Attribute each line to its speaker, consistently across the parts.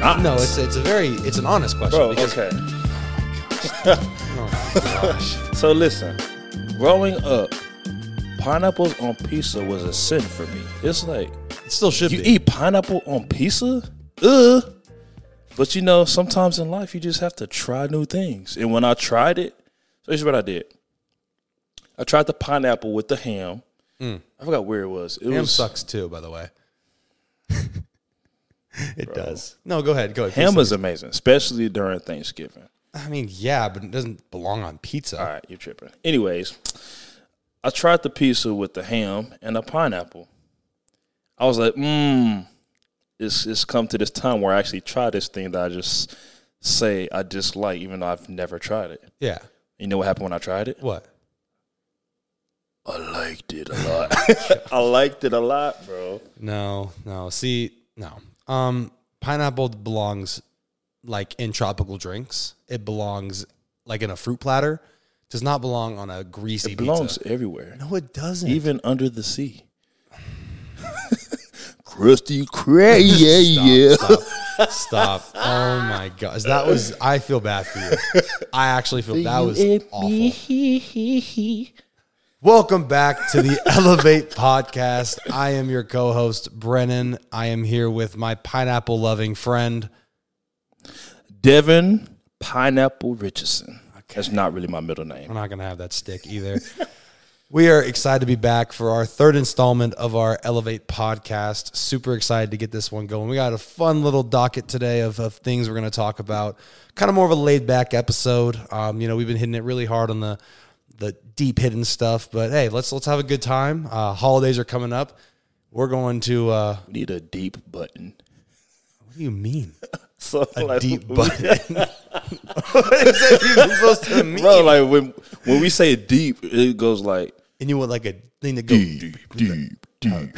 Speaker 1: not.
Speaker 2: No, it's it's a very it's an honest question.
Speaker 1: Bro,
Speaker 2: because-
Speaker 1: okay.
Speaker 2: Oh my gosh.
Speaker 1: So listen, growing up, pineapples on pizza was a sin for me. It's like
Speaker 2: It still should
Speaker 1: you
Speaker 2: be.
Speaker 1: eat pineapple on pizza, ugh. But you know, sometimes in life you just have to try new things. And when I tried it, so here's what I did. I tried the pineapple with the ham. I forgot where it was. It
Speaker 2: Mm. ham
Speaker 1: was
Speaker 2: sucks too, by the way. it does. No, go ahead. Go ahead.
Speaker 1: ham is amazing, especially during Thanksgiving.
Speaker 2: I mean, yeah, but it doesn't belong on pizza.
Speaker 1: All right, you're tripping. Anyways, I tried the pizza with the ham and the pineapple. I was like, mmm, it's it's come to this time where I actually try this thing that I just say I dislike, even though I've never tried it.
Speaker 2: Yeah.
Speaker 1: You know what happened when I tried it?
Speaker 2: What?
Speaker 1: I liked it a lot. I liked it a lot, bro.
Speaker 2: No, no. See, no. Um, pineapple belongs like in tropical drinks. It belongs like in a fruit platter. Does not belong on a greasy
Speaker 1: It belongs
Speaker 2: pizza.
Speaker 1: everywhere,
Speaker 2: No, it doesn't.
Speaker 1: even under the sea. Krusty Krab, yeah, yeah.
Speaker 2: Stop. Stop. Oh my gosh. That was I feel bad for you. I actually feel that was awful. Welcome back to the Elevate Podcast. I am your co-host, Brennan. I am here with my pineapple loving friend.
Speaker 1: Devin Pineapple Richardson. That's not really my middle name.
Speaker 2: We're not gonna have that stick either. we are excited to be back for our third installment of our Elevate podcast. Super excited to get this one going. We got a fun little docket today of, of things we're gonna talk about. Kind of more of a laid back episode. Um, you know, we've been hitting it really hard on the the deep hidden stuff, but hey, let's let's have a good time. Uh, holidays are coming up. We're going to. Uh,
Speaker 1: We need a deep button.
Speaker 2: what do you mean?
Speaker 1: So a
Speaker 2: Deep button. what is that even supposed to mean?
Speaker 1: Bro, like when when we say deep, it goes like
Speaker 2: And you want like a thing to go
Speaker 1: deep, deep, deep.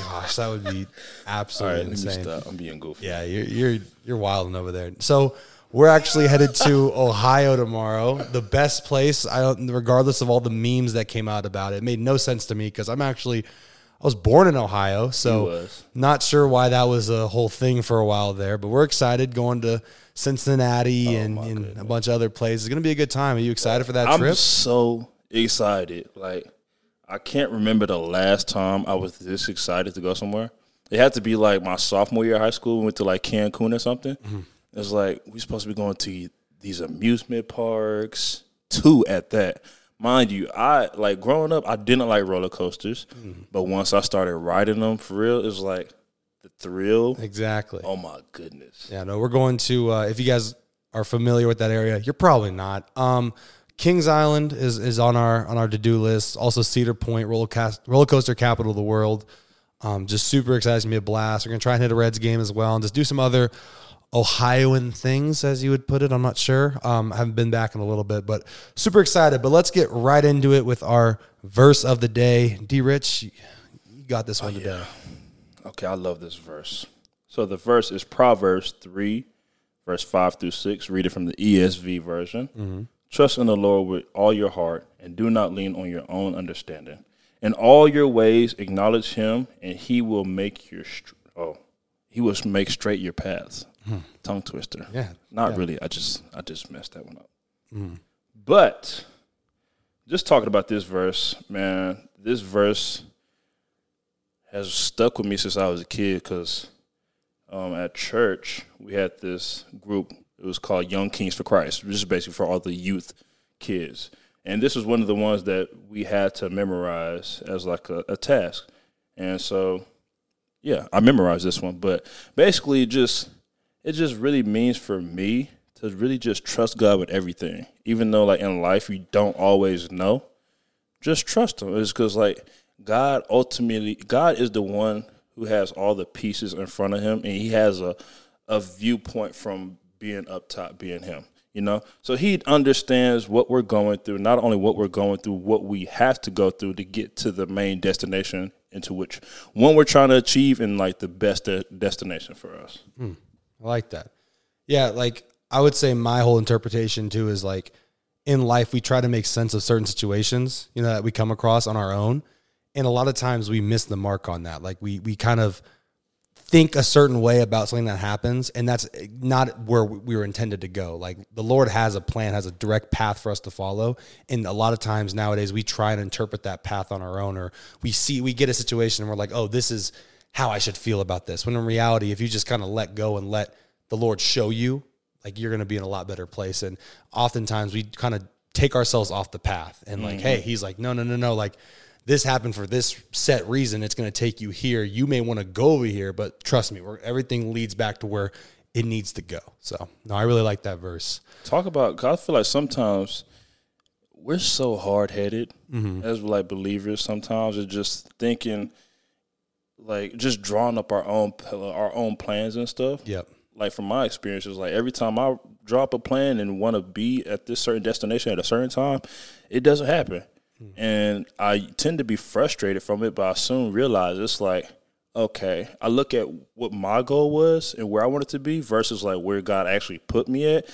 Speaker 2: Gosh, that would be absolutely
Speaker 1: All right, let me
Speaker 2: insane.
Speaker 1: stop. I'm being goofy.
Speaker 2: Yeah, you're you're you're wilding over there. So we're actually headed to Ohio tomorrow, the best place. I don't, regardless of all the memes that came out about it, it made no sense to me because I'm actually I was born in Ohio,
Speaker 1: You
Speaker 2: so
Speaker 1: was.
Speaker 2: not sure why that was a whole thing for a while there. But we're excited going to Cincinnati
Speaker 1: Oh
Speaker 2: and, and a bunch of other places. It's gonna be a good time. Are you excited for that
Speaker 1: I'm
Speaker 2: trip?
Speaker 1: so excited. Like I can't remember the last time I was this excited to go somewhere. It had to be like my sophomore year of high school. We went to like Cancun or something. It's like we're supposed to be going to these amusement parks, two at that. Mind you, I like growing up, I didn't like roller coasters, but once I started riding them for real, it was like the thrill.
Speaker 2: Exactly.
Speaker 1: Oh my goodness!
Speaker 2: Yeah, no, we're going to. Uh, if you guys are familiar with that area, you're probably not. Um, Kings Island is is on our on our to do list. Also, Cedar Point roller, cast, roller coaster capital of the world. Um, just super excited to be a blast. We're gonna try and hit a Reds game as well, and just do some other Ohioan things, as you would put it. I'm not sure. Um, I haven't been back in a little bit, but super excited. But let's get right into it with our verse of the day. D. Rich, you you got this one today.
Speaker 1: Okay, I love this verse. So the verse is Proverbs 3, verse 5 through 6. Read it from the ESV version. Trust in the Lord with all your heart and do not lean on your own understanding. In all your ways, acknowledge him, and he will make your str- oh, he will make straight your paths. Tongue twister.
Speaker 2: Hmm. Yeah, Hmm.
Speaker 1: Not really. I just I just messed that one up. But just talking about this verse, man, this verse has stuck with me since I was a kid because um, at church we had this group. It was called Young Kings for Christ, which is basically for all the youth kids. And this was one of the ones that we had to memorize as like a, a task. And so, yeah, I memorized this one. But basically, just it just really means for me to really just trust God with everything, even though like in life you don't always know just trust him. It's because like God ultimately, God is the one who has all the pieces in front of him, and he has a a viewpoint from being up top, being him. You know, so he understands what we're going through, not only what we're going through, what we have to go through to get to the main destination into which one we're trying to achieve and like the best de- destination for us.
Speaker 2: I like that. Yeah, like I would say my whole interpretation too is like in life we try to make sense of certain situations, you know, that we come across on our own. And a lot of times we miss the mark on that. Like we we kind of think a certain way about something that happens, and that's not where we were intended to go. Like the Lord has a plan, has a direct path for us to follow, and a lot of times nowadays we try and interpret that path on our own, or we see we get a situation and we're like, oh, this is how I should feel about this. When in reality, if you just kind of let go and let the Lord show you, like you're going to be in a lot better place. And oftentimes we kind of take ourselves off the path and like, hey, he's like, no, no, no, no, like this happened for this set reason. It's going to take you here. You may want to go over here, but trust me, where everything leads back to where it needs to go. So, no, I really like that verse.
Speaker 1: Talk about. Cause I feel like sometimes we're so hard headed as like believers. Sometimes it's just thinking, like just drawing up our own p- our own plans and stuff.
Speaker 2: Yep.
Speaker 1: Like from my experiences, like every time I drop a plan and want to be at this certain destination at a certain time, it doesn't happen, and I tend to be frustrated from it. But I soon realize it's like. Okay, I look at what my goal was and where I wanted to be versus like where God actually put me at,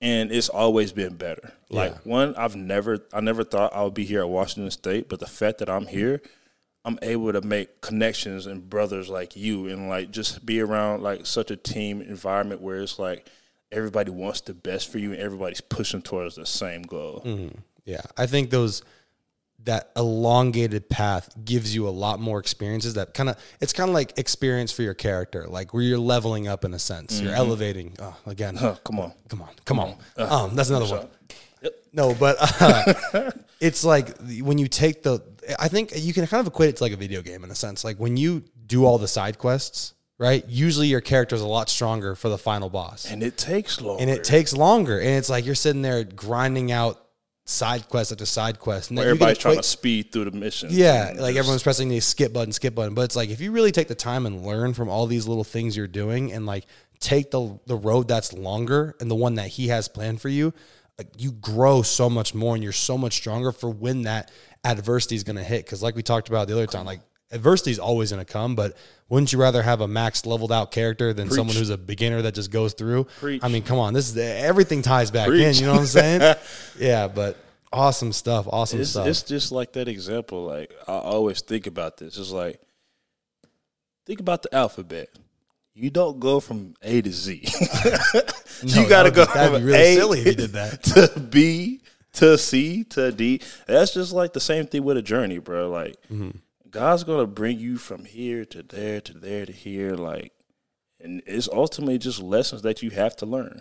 Speaker 1: and it's always been better. Like one, I've never, I never thought I would be here at Washington State, but the fact that I'm here, I'm able to make connections and brothers like you and like just be around like such a team environment where it's like everybody wants the best for you and everybody's pushing towards the same goal.
Speaker 2: Mm-hmm. Yeah, I think those that elongated path gives you a lot more experiences that kind of it's kind of like experience for your character like where you're leveling up in a sense you're elevating oh, again
Speaker 1: Huh, come on.
Speaker 2: come on come on
Speaker 1: Uh,
Speaker 2: um that's another one no but uh, it's like when you take the i think you can kind of equate it to like a video game in a sense like when you do all the side quests right usually your character is a lot stronger for the final boss
Speaker 1: And it takes long.
Speaker 2: and it takes longer. And it's like you're sitting there grinding out side quest after side quest. And then you get a
Speaker 1: everybody's trying
Speaker 2: quick-
Speaker 1: to speed through the mission.
Speaker 2: yeah,
Speaker 1: And
Speaker 2: like
Speaker 1: just-
Speaker 2: everyone's pressing the skip button, skip button. But it's like if you really take the time and learn from all these little things you're doing, and like take the the road that's longer and the one that he has planned for you, like you grow so much more and you're so much stronger for when that adversity is going to hit. Because like we talked about the other time, like adversity is always going to come. But wouldn't you rather have a max leveled out character than someone who's a beginner that just goes through?
Speaker 1: Preach.
Speaker 2: I mean, come on, this is everything ties back in. You know what I'm saying? yeah, but. Awesome stuff. Awesome
Speaker 1: it's,
Speaker 2: stuff.
Speaker 1: it's just like that example. Like I always think about this. It's like think about the alphabet. You don't go from A to Z.
Speaker 2: No,
Speaker 1: you got to
Speaker 2: that would
Speaker 1: go from
Speaker 2: be- that'd be really
Speaker 1: A
Speaker 2: silly if you did that.
Speaker 1: to B to C to D. That's just like the same thing with a journey, bro. Like God's gonna bring you from here to there to there to here. Like, and it's ultimately just lessons that you have to learn.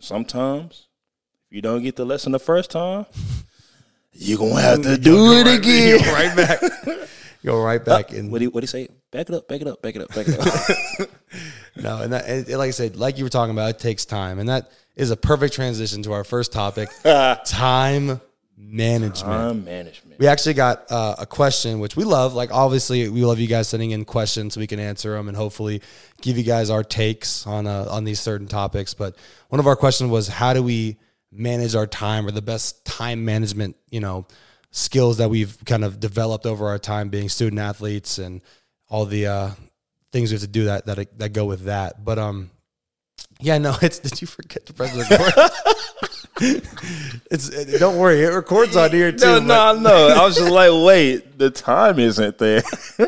Speaker 1: Sometimes if you don't get the lesson the first time. You're gonna have to do it again.
Speaker 2: right back. Go right back and
Speaker 1: What do you, what do you say? Back it up, back it up, back it up, back it up.
Speaker 2: no, and, that, and like I said, like you were talking about, it takes time, and that is a perfect transition to our first topic: time management.
Speaker 1: Time management.
Speaker 2: We actually got uh, a question, which we love. Like, obviously, we love you guys sending in questions so we can answer them and hopefully give you guys our takes on uh, on these certain topics. But one of our questions was, how do we manage our time or the best time management, you know, skills that we've kind of developed over our time being student athletes and all the uh, things we have to do that that that go with that. But um, yeah, no, it's did you forget to press record? it's it- don't worry, it records on here
Speaker 1: No,
Speaker 2: too. but-
Speaker 1: no, no. I was just like, wait, the time isn't there.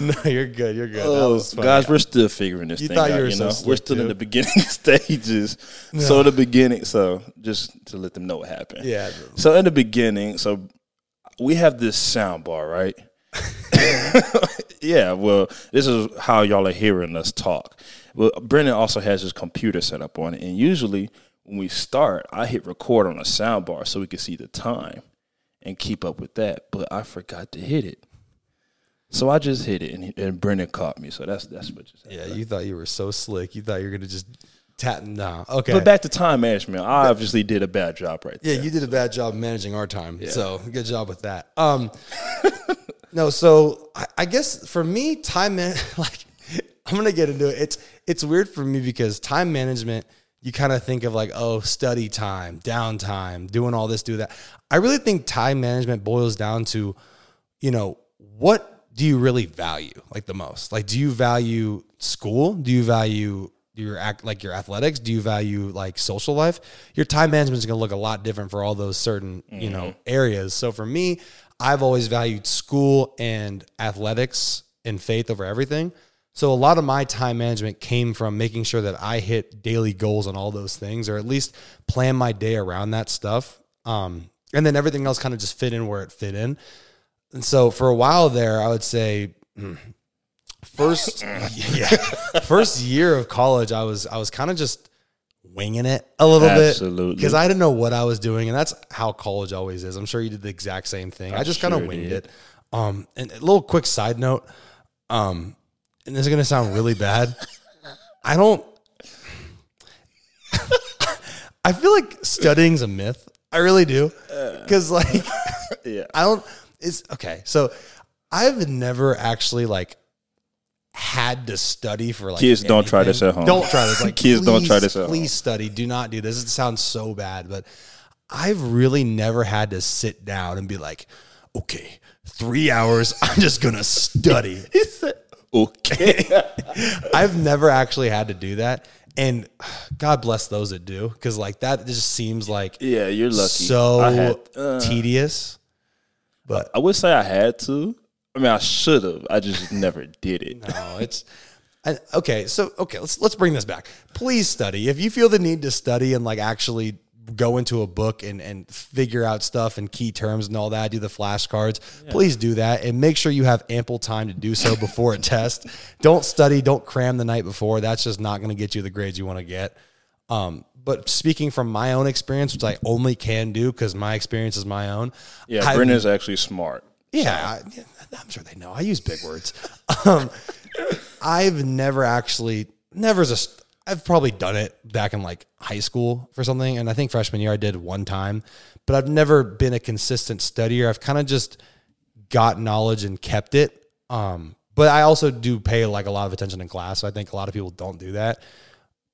Speaker 2: No, you're good. You're good. that was funny.
Speaker 1: Oh, guys, we're still figuring this
Speaker 2: You
Speaker 1: thing
Speaker 2: thought
Speaker 1: out.
Speaker 2: you were
Speaker 1: you
Speaker 2: so
Speaker 1: know,
Speaker 2: slick,
Speaker 1: we're still in the
Speaker 2: dude.
Speaker 1: beginning stages. So the beginning. So just to let them know what happened.
Speaker 2: yeah.
Speaker 1: So in the beginning, so we have this sound bar, right? yeah, well, this is how y'all are hearing us talk. Well, Brendan also has his computer set up on it, and usually when we start, I hit record on a sound bar so we can see the time and keep up with that. But I forgot to hit it, so I just hit it, and, and Brendan caught me. So that's that's what just happened.
Speaker 2: Yeah. You thought you were so slick. You thought you were gonna just tap. No. Okay.
Speaker 1: But back to time management, I obviously did a bad job right
Speaker 2: yeah,
Speaker 1: there.
Speaker 2: you did a bad job managing our time. So good job with that. Um. no. So I, I guess for me, time man, like I'm gonna get into it. It's it's weird for me because time management. You kind of think of like, oh, study time, downtime, doing all this, do that. I really think time management boils down to you know, what do you really value like the most? Like, do you value school? Do you value your act like your athletics? Do you value like social life? Your time management is going to look a lot different for all those certain, you know, areas. So for me, I've always valued school and athletics and faith over everything. So a lot of my time management came from making sure that I hit daily goals on all those things, or at least plan my day around that stuff. Um, and then everything else kind of just fit in where it fit in. And so for a while there, I would say mm, first yeah, first year of college, I was I was kind of just winging it a little bit
Speaker 1: Absolutely.
Speaker 2: because I didn't know what I was doing, and that's how college always is. I'm sure you did the exact same thing. I just kind
Speaker 1: sure
Speaker 2: of winged
Speaker 1: did.
Speaker 2: it. Um, and a little quick side note, um, and this is gonna sound really bad. I don't. I feel like studying's a myth. I really do, because like,
Speaker 1: Yeah.
Speaker 2: I don't. It's okay. So I've never actually like had to study for like
Speaker 1: Kids, don't try this at home.
Speaker 2: don't try this. Like,
Speaker 1: Kids, don't try
Speaker 2: please-
Speaker 1: this at home.
Speaker 2: Please study. Do not do this. It sounds so bad, but I've really never had to sit down and be like, okay, three hours. I'm just gonna study.
Speaker 1: Okay.
Speaker 2: I've never actually had to do that, and God bless those that do, because like that just seems like
Speaker 1: yeah, you're lucky.
Speaker 2: so
Speaker 1: I, had, uh,
Speaker 2: tedious. But
Speaker 1: I would say I had to. I mean, I should have. I just never did it.
Speaker 2: No, Oh, it's I, okay. So okay, let's let's bring this back. Please study if you feel the need to study and like actually go into a book and and figure out stuff and key terms and all that. Do the flashcards. Please do that and make sure you have ample time to do so before a test. Don't study. Don't cram the night before. That's just not going to get you the grades you want to get. Um, but speaking from my own experience, which I only can do because my experience is my own.
Speaker 1: Yeah,
Speaker 2: I-
Speaker 1: Brendan's actually smart.
Speaker 2: yeah, I, I'm sure they know. I use big words. Um, I've never actually, never just, I've probably done it back in like high school for something. And I think freshman year I did one time, but I've never been a consistent studier. I've kind of just got knowledge and kept it. Um, but I also do pay like a lot of attention in class. So I think a lot of people don't do that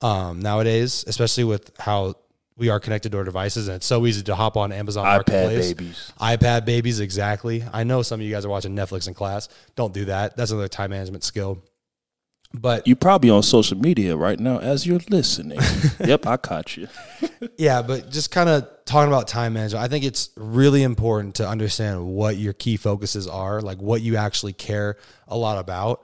Speaker 2: um, nowadays, especially with how we are connected to our devices. And it's so easy to hop on Amazon Marketplace
Speaker 1: babies.
Speaker 2: iPad babies, exactly. I know some of you guys are watching Netflix in class. Don't do that. That's another time management skill. But
Speaker 1: You probably on social media right now as you're listening. yep, I caught you.
Speaker 2: yeah, but just kind of talking about time management, I think it's really important to understand what your key focuses are, like what you actually care a lot about.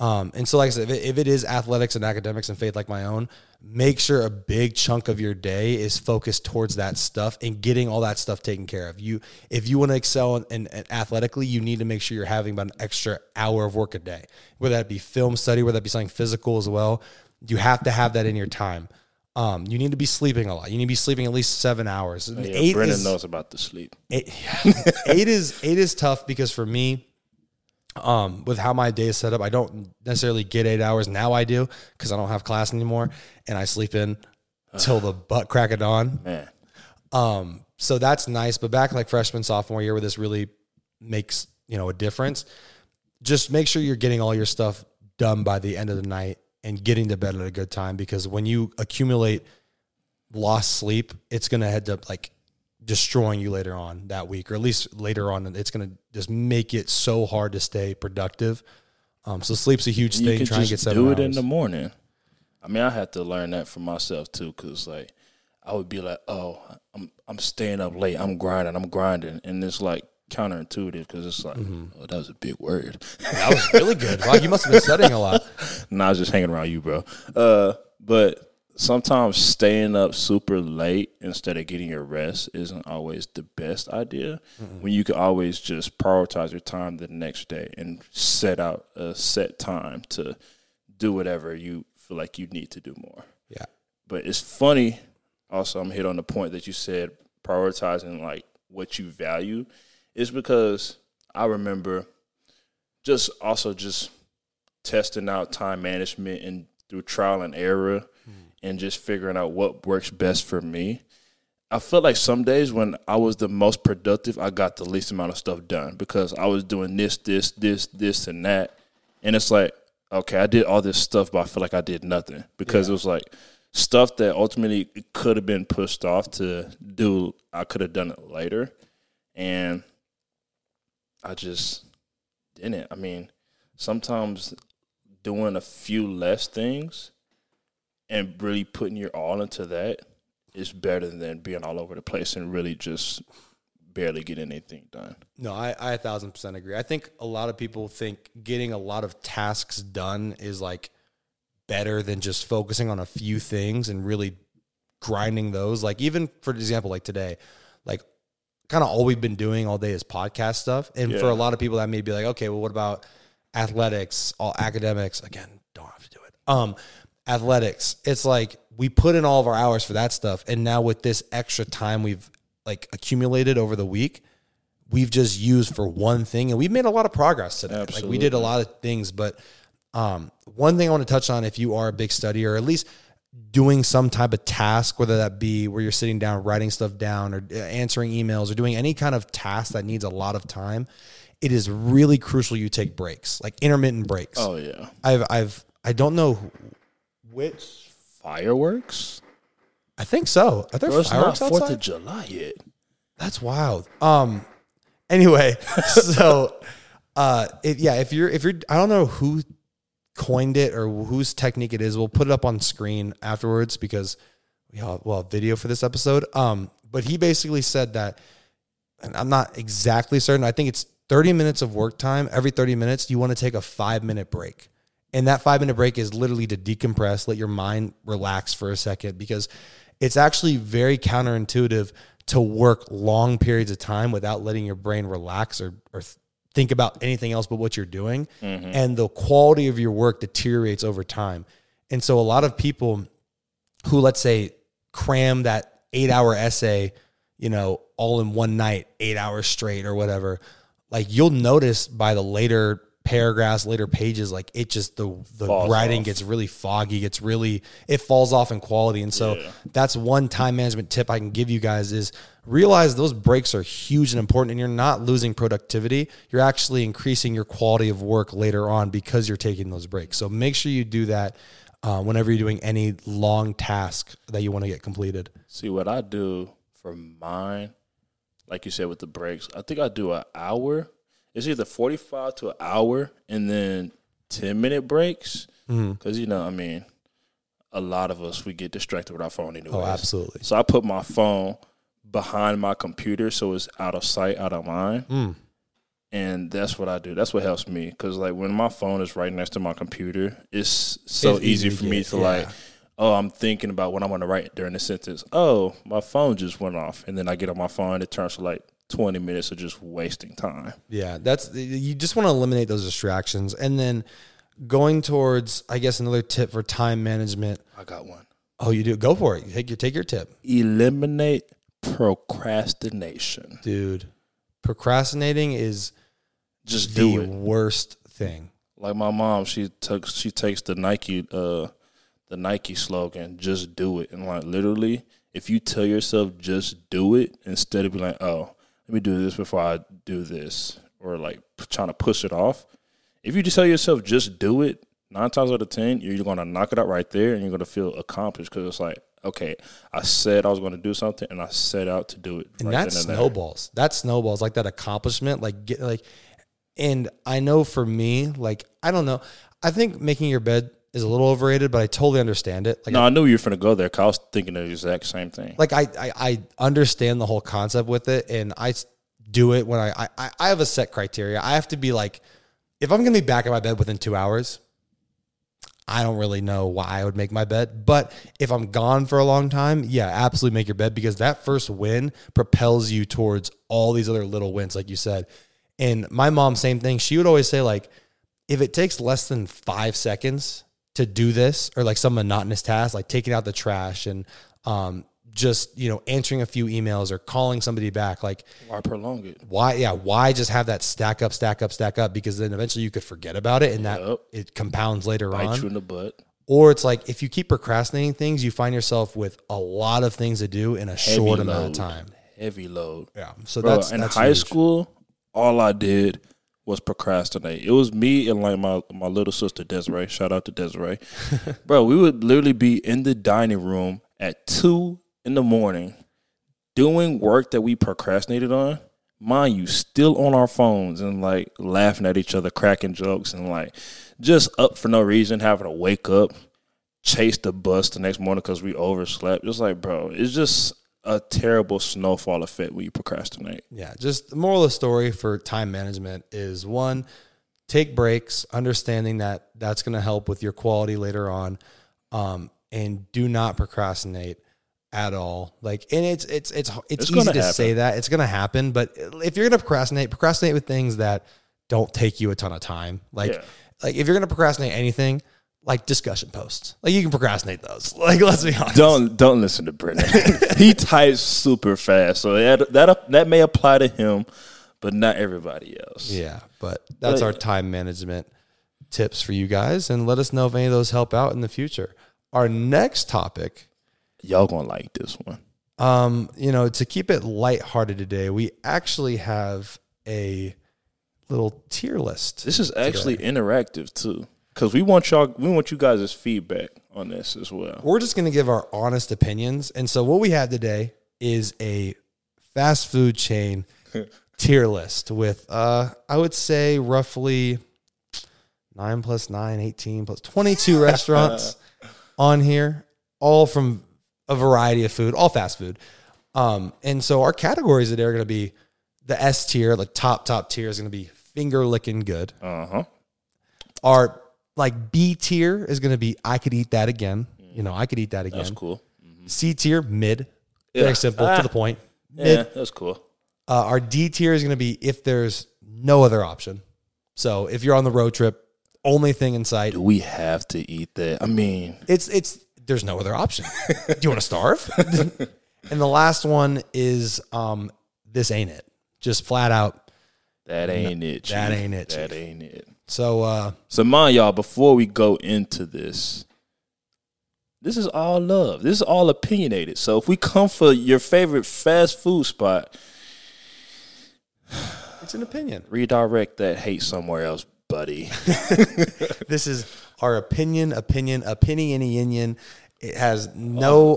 Speaker 2: Um, and so, like I said, if it, if it is athletics and academics and faith like my own, make sure a big chunk of your day is focused towards that stuff and getting all that stuff taken care of. You, if you want to excel in, in, in athletically, you need to make sure you're having about an extra hour of work a day, whether that be film study, whether that be something physical as well. You have to have that in your time. Um, you need to be sleeping a lot. You need to be sleeping at least seven hours.
Speaker 1: Yeah,
Speaker 2: Eight
Speaker 1: Brendan
Speaker 2: is-
Speaker 1: knows about the sleep.
Speaker 2: eight, eight is eight is tough because for me, um, with how my day is set up, I don't necessarily get eight hours. Now I do because I don't have class anymore, and I sleep in till the butt crack of dawn.
Speaker 1: Man.
Speaker 2: Um, so that's nice. But back like freshman sophomore year, where this really makes you know a difference, just make sure you're getting all your stuff done by the end of the night and getting to bed at a good time because when you accumulate lost sleep, it's gonna end up like destroying you later on that week, or at least later on, and it's gonna just make it so hard to stay productive. Um, so sleep's a huge
Speaker 1: You
Speaker 2: thing.
Speaker 1: could
Speaker 2: Try and
Speaker 1: just
Speaker 2: get seven
Speaker 1: do it
Speaker 2: hours.
Speaker 1: in the morning. I mean, I had to learn that for myself too, because like I would be like, "Oh, I'm I'm staying up late. I'm grinding. I'm grinding," and it's like counterintuitive because it's like, "Oh, that was a big word."
Speaker 2: that was really good. Wow, you must have been studying a lot.
Speaker 1: nah, I was just hanging around you, bro. Uh, but sometimes staying up super late instead of getting your rest isn't always the best idea. When you can always just prioritize your time the next day and set out a set time to do whatever you feel like you need to do more.
Speaker 2: Yeah.
Speaker 1: But it's funny. Also, I'm hit on the point that you said prioritizing like what you value is because I remember just also just testing out time management and through trial and error and just figuring out what works best for me. I felt like some days when I was the most productive, I got the least amount of stuff done because I was doing this, this, this, this, and that. And it's like, okay, I did all this stuff, but I feel like I did nothing because it was like stuff that ultimately could have been pushed off to do, I could have done it later. And I just didn't. I mean, sometimes doing a few less things and really putting your all into that is better than being all over the place and really just barely getting anything done.
Speaker 2: No, I, I a thousand percent agree. I think a lot of people think getting a lot of tasks done is like better than just focusing on a few things and really grinding those. Like even for example, like today, like kind of all we've been doing all day is podcast stuff. And for
Speaker 1: Yeah.
Speaker 2: a lot of people that may be like, okay, well what about athletics, all academics? Again, don't have to do it. Um athletics. It's like we put in all of our hours for that stuff and now with this extra time we've like accumulated over the week, we've just used for one thing and we've made a lot of progress today. Like we did a lot of things, but um, one thing I want to touch on if you are a big studier or at least doing some type of task, whether that be where you're sitting down, writing stuff down or uh, answering emails or doing any kind of task that needs a lot of time, it is really crucial you take breaks, like intermittent breaks.
Speaker 1: Oh yeah,
Speaker 2: I've, I've, I don't know who- which,
Speaker 1: fireworks.
Speaker 2: I think so. Are there
Speaker 1: Bro, it's not
Speaker 2: fireworks outside?
Speaker 1: Fourth of July yet.
Speaker 2: That's wild. Um. Anyway, so, uh, if, yeah, if you're if you're I don't know who coined it or whose technique it is. We'll put it up on screen afterwards because we all well video for this episode. Um, but he basically said that, and I'm not exactly certain. I think it's 30 minutes of work time. Every 30 minutes, you want to take a five minute break. And that five minute break is literally to decompress, let your mind relax for a second, because it's actually very counterintuitive to work long periods of time without letting your brain relax or, or th- think about anything else but what you're doing. And the quality of your work deteriorates over time. And so a lot of people who, let's say, cram that eight hour essay, you know, all in one night, eight hours straight or whatever, like you'll notice by the later paragraphs, later pages, like it just the the
Speaker 1: Falls
Speaker 2: writing
Speaker 1: off.
Speaker 2: gets really foggy, gets really it falls off in quality. And so that's one time management tip I can give you guys is realize those breaks are huge and important and you're not losing productivity. You're actually increasing your quality of work later on because you're taking those breaks. So make sure you do that uh, whenever you're doing any long task that you want to get completed.
Speaker 1: See what I do for mine, like you said with the breaks. I think I do an hour. It's either forty five to an hour, and then ten minute breaks.
Speaker 2: Mm-hmm.
Speaker 1: Because you know, I mean, a lot of us we get distracted with our phone anyway.
Speaker 2: Oh, absolutely.
Speaker 1: So I put my phone behind my computer so it's out of sight, out of mind.
Speaker 2: Hmm.
Speaker 1: And that's what I do. That's what helps me because like when my phone is right next to my computer, it's so
Speaker 2: It's easy
Speaker 1: easy
Speaker 2: to
Speaker 1: for me
Speaker 2: get,
Speaker 1: to
Speaker 2: yeah.
Speaker 1: like. Oh, I'm thinking about what I want to write during the sentence. Oh, my phone just went off, and then I get on my phone. It turns to like 20 minutes of just wasting time.
Speaker 2: Yeah, that's you just want to eliminate those distractions and then going towards I guess another tip for time management.
Speaker 1: I got one.
Speaker 2: Oh, you do go for it. Take your take your tip.
Speaker 1: Eliminate procrastination.
Speaker 2: Dude, procrastinating is
Speaker 1: Just do
Speaker 2: the
Speaker 1: it.
Speaker 2: worst thing.
Speaker 1: Like my mom, she took she takes the Nike uh the Nike slogan, just do it. And like literally, if you tell yourself just do it instead of being like, oh, let me do this before I do this or like p- trying to push it off. If you just tell yourself just do it, nine times out of ten, you're gonna knock it out right there, and you're gonna feel accomplished because it's like, okay, I said I was gonna do something, and I set out to do it.
Speaker 2: And
Speaker 1: right
Speaker 2: that
Speaker 1: then there.
Speaker 2: snowballs. That snowballs like that accomplishment like get like and I know for me like I don't know. I think making your bed is a little overrated, but I totally understand it. Like
Speaker 1: No, I knew you were finna go there. 'cause I was thinking the exact same thing.
Speaker 2: like I, I I understand the whole concept with it, and I s- do it when I I- I I have a set criteria. I have to be like, if I'm gonna be back in my bed within two hours, I don't really know why I would make my bed. But if I'm gone for a long time, yeah, absolutely make your bed because that first win propels you towards all these other little wins, like you said. And my mom, same thing. She would always say like, if it takes less than five seconds to do this or like some monotonous task like taking out the trash and um, just you know answering a few emails or calling somebody back like
Speaker 1: Why prolong it?
Speaker 2: why yeah why just have that stack up stack up stack up because then eventually you could forget about it and that
Speaker 1: Yep.
Speaker 2: it compounds later on
Speaker 1: Bite you in the butt.
Speaker 2: or it's like if you keep procrastinating things you find yourself with a lot of things to do in a short amount of
Speaker 1: load.
Speaker 2: time
Speaker 1: Heavy load.
Speaker 2: yeah so
Speaker 1: Bro,
Speaker 2: that's
Speaker 1: in
Speaker 2: that's
Speaker 1: high
Speaker 2: huge.
Speaker 1: school, all I did was procrastinate. It was me and like my my little sister Desiree. Shout out to Desiree, bro. We would literally be in the dining room at two in the morning, doing work that we procrastinated on. Mind you, still on our phones and like laughing at each other, cracking jokes, and like just up for no reason, having to wake up, chase the bus the next morning because we overslept. It's like, bro, it's just a terrible snowfall effect when you procrastinate.
Speaker 2: Yeah, just the moral of the story for time management is one, take breaks, understanding that that's going to help with your quality later on, um, and do not procrastinate at all. Like, and it's it's it's it's,
Speaker 1: It's
Speaker 2: easy
Speaker 1: gonna
Speaker 2: to
Speaker 1: happen.
Speaker 2: say that it's going to happen, but if you're going to procrastinate, procrastinate with things that don't take you a ton of time. Like,
Speaker 1: Yeah.
Speaker 2: like if you're going to procrastinate anything, like discussion posts, like you can procrastinate those. Like, let's be honest.
Speaker 1: Don't don't listen to Brennan. he types super fast, so that that that may apply to him, but not everybody else.
Speaker 2: Yeah, but that's
Speaker 1: But-
Speaker 2: our time management tips for you guys, and let us know if any of those help out in the future. Our next topic,
Speaker 1: Y'all gonna like this one.
Speaker 2: um, you know, to keep it lighthearted today, we actually have a little tier list.
Speaker 1: This is actually interactive too, because we want y'all we want you guys' feedback on this as well.
Speaker 2: We're just going to give our honest opinions, and so what we have today is a fast food chain tier list with, uh, I would say, roughly nine plus nine, 18 plus 22 restaurants on here, all from a variety of food, all fast food. Um, and so our categories that are going to be the S tier, the top, top tier is going to be finger licking good.
Speaker 1: Uh huh.
Speaker 2: Our like B tier is going to be I could eat that again. You know, I could eat that
Speaker 1: That's
Speaker 2: again.
Speaker 1: cool.
Speaker 2: C tier, mid. Very
Speaker 1: Yeah.
Speaker 2: simple, to
Speaker 1: Ah.
Speaker 2: the point. Mid.
Speaker 1: Yeah, that's cool.
Speaker 2: Uh, our D tier is going to be if there's no other option. So if you're on the road trip, only thing in sight,
Speaker 1: Do we have to eat that? I mean,
Speaker 2: it's it's there's no other option. Do you want to starve? and the last one is um, this ain't it. Just flat out.
Speaker 1: that ain't it.
Speaker 2: that
Speaker 1: Chief.
Speaker 2: ain't it,
Speaker 1: That ain't it.
Speaker 2: So uh,
Speaker 1: So mind y'all, before we go into this, this is all love. This is all opinionated. So if we come for your favorite fast food spot,
Speaker 2: it's an opinion.
Speaker 1: redirect that hate somewhere else, buddy.
Speaker 2: This is our opinion, opinion, opinion, opinion. It has no.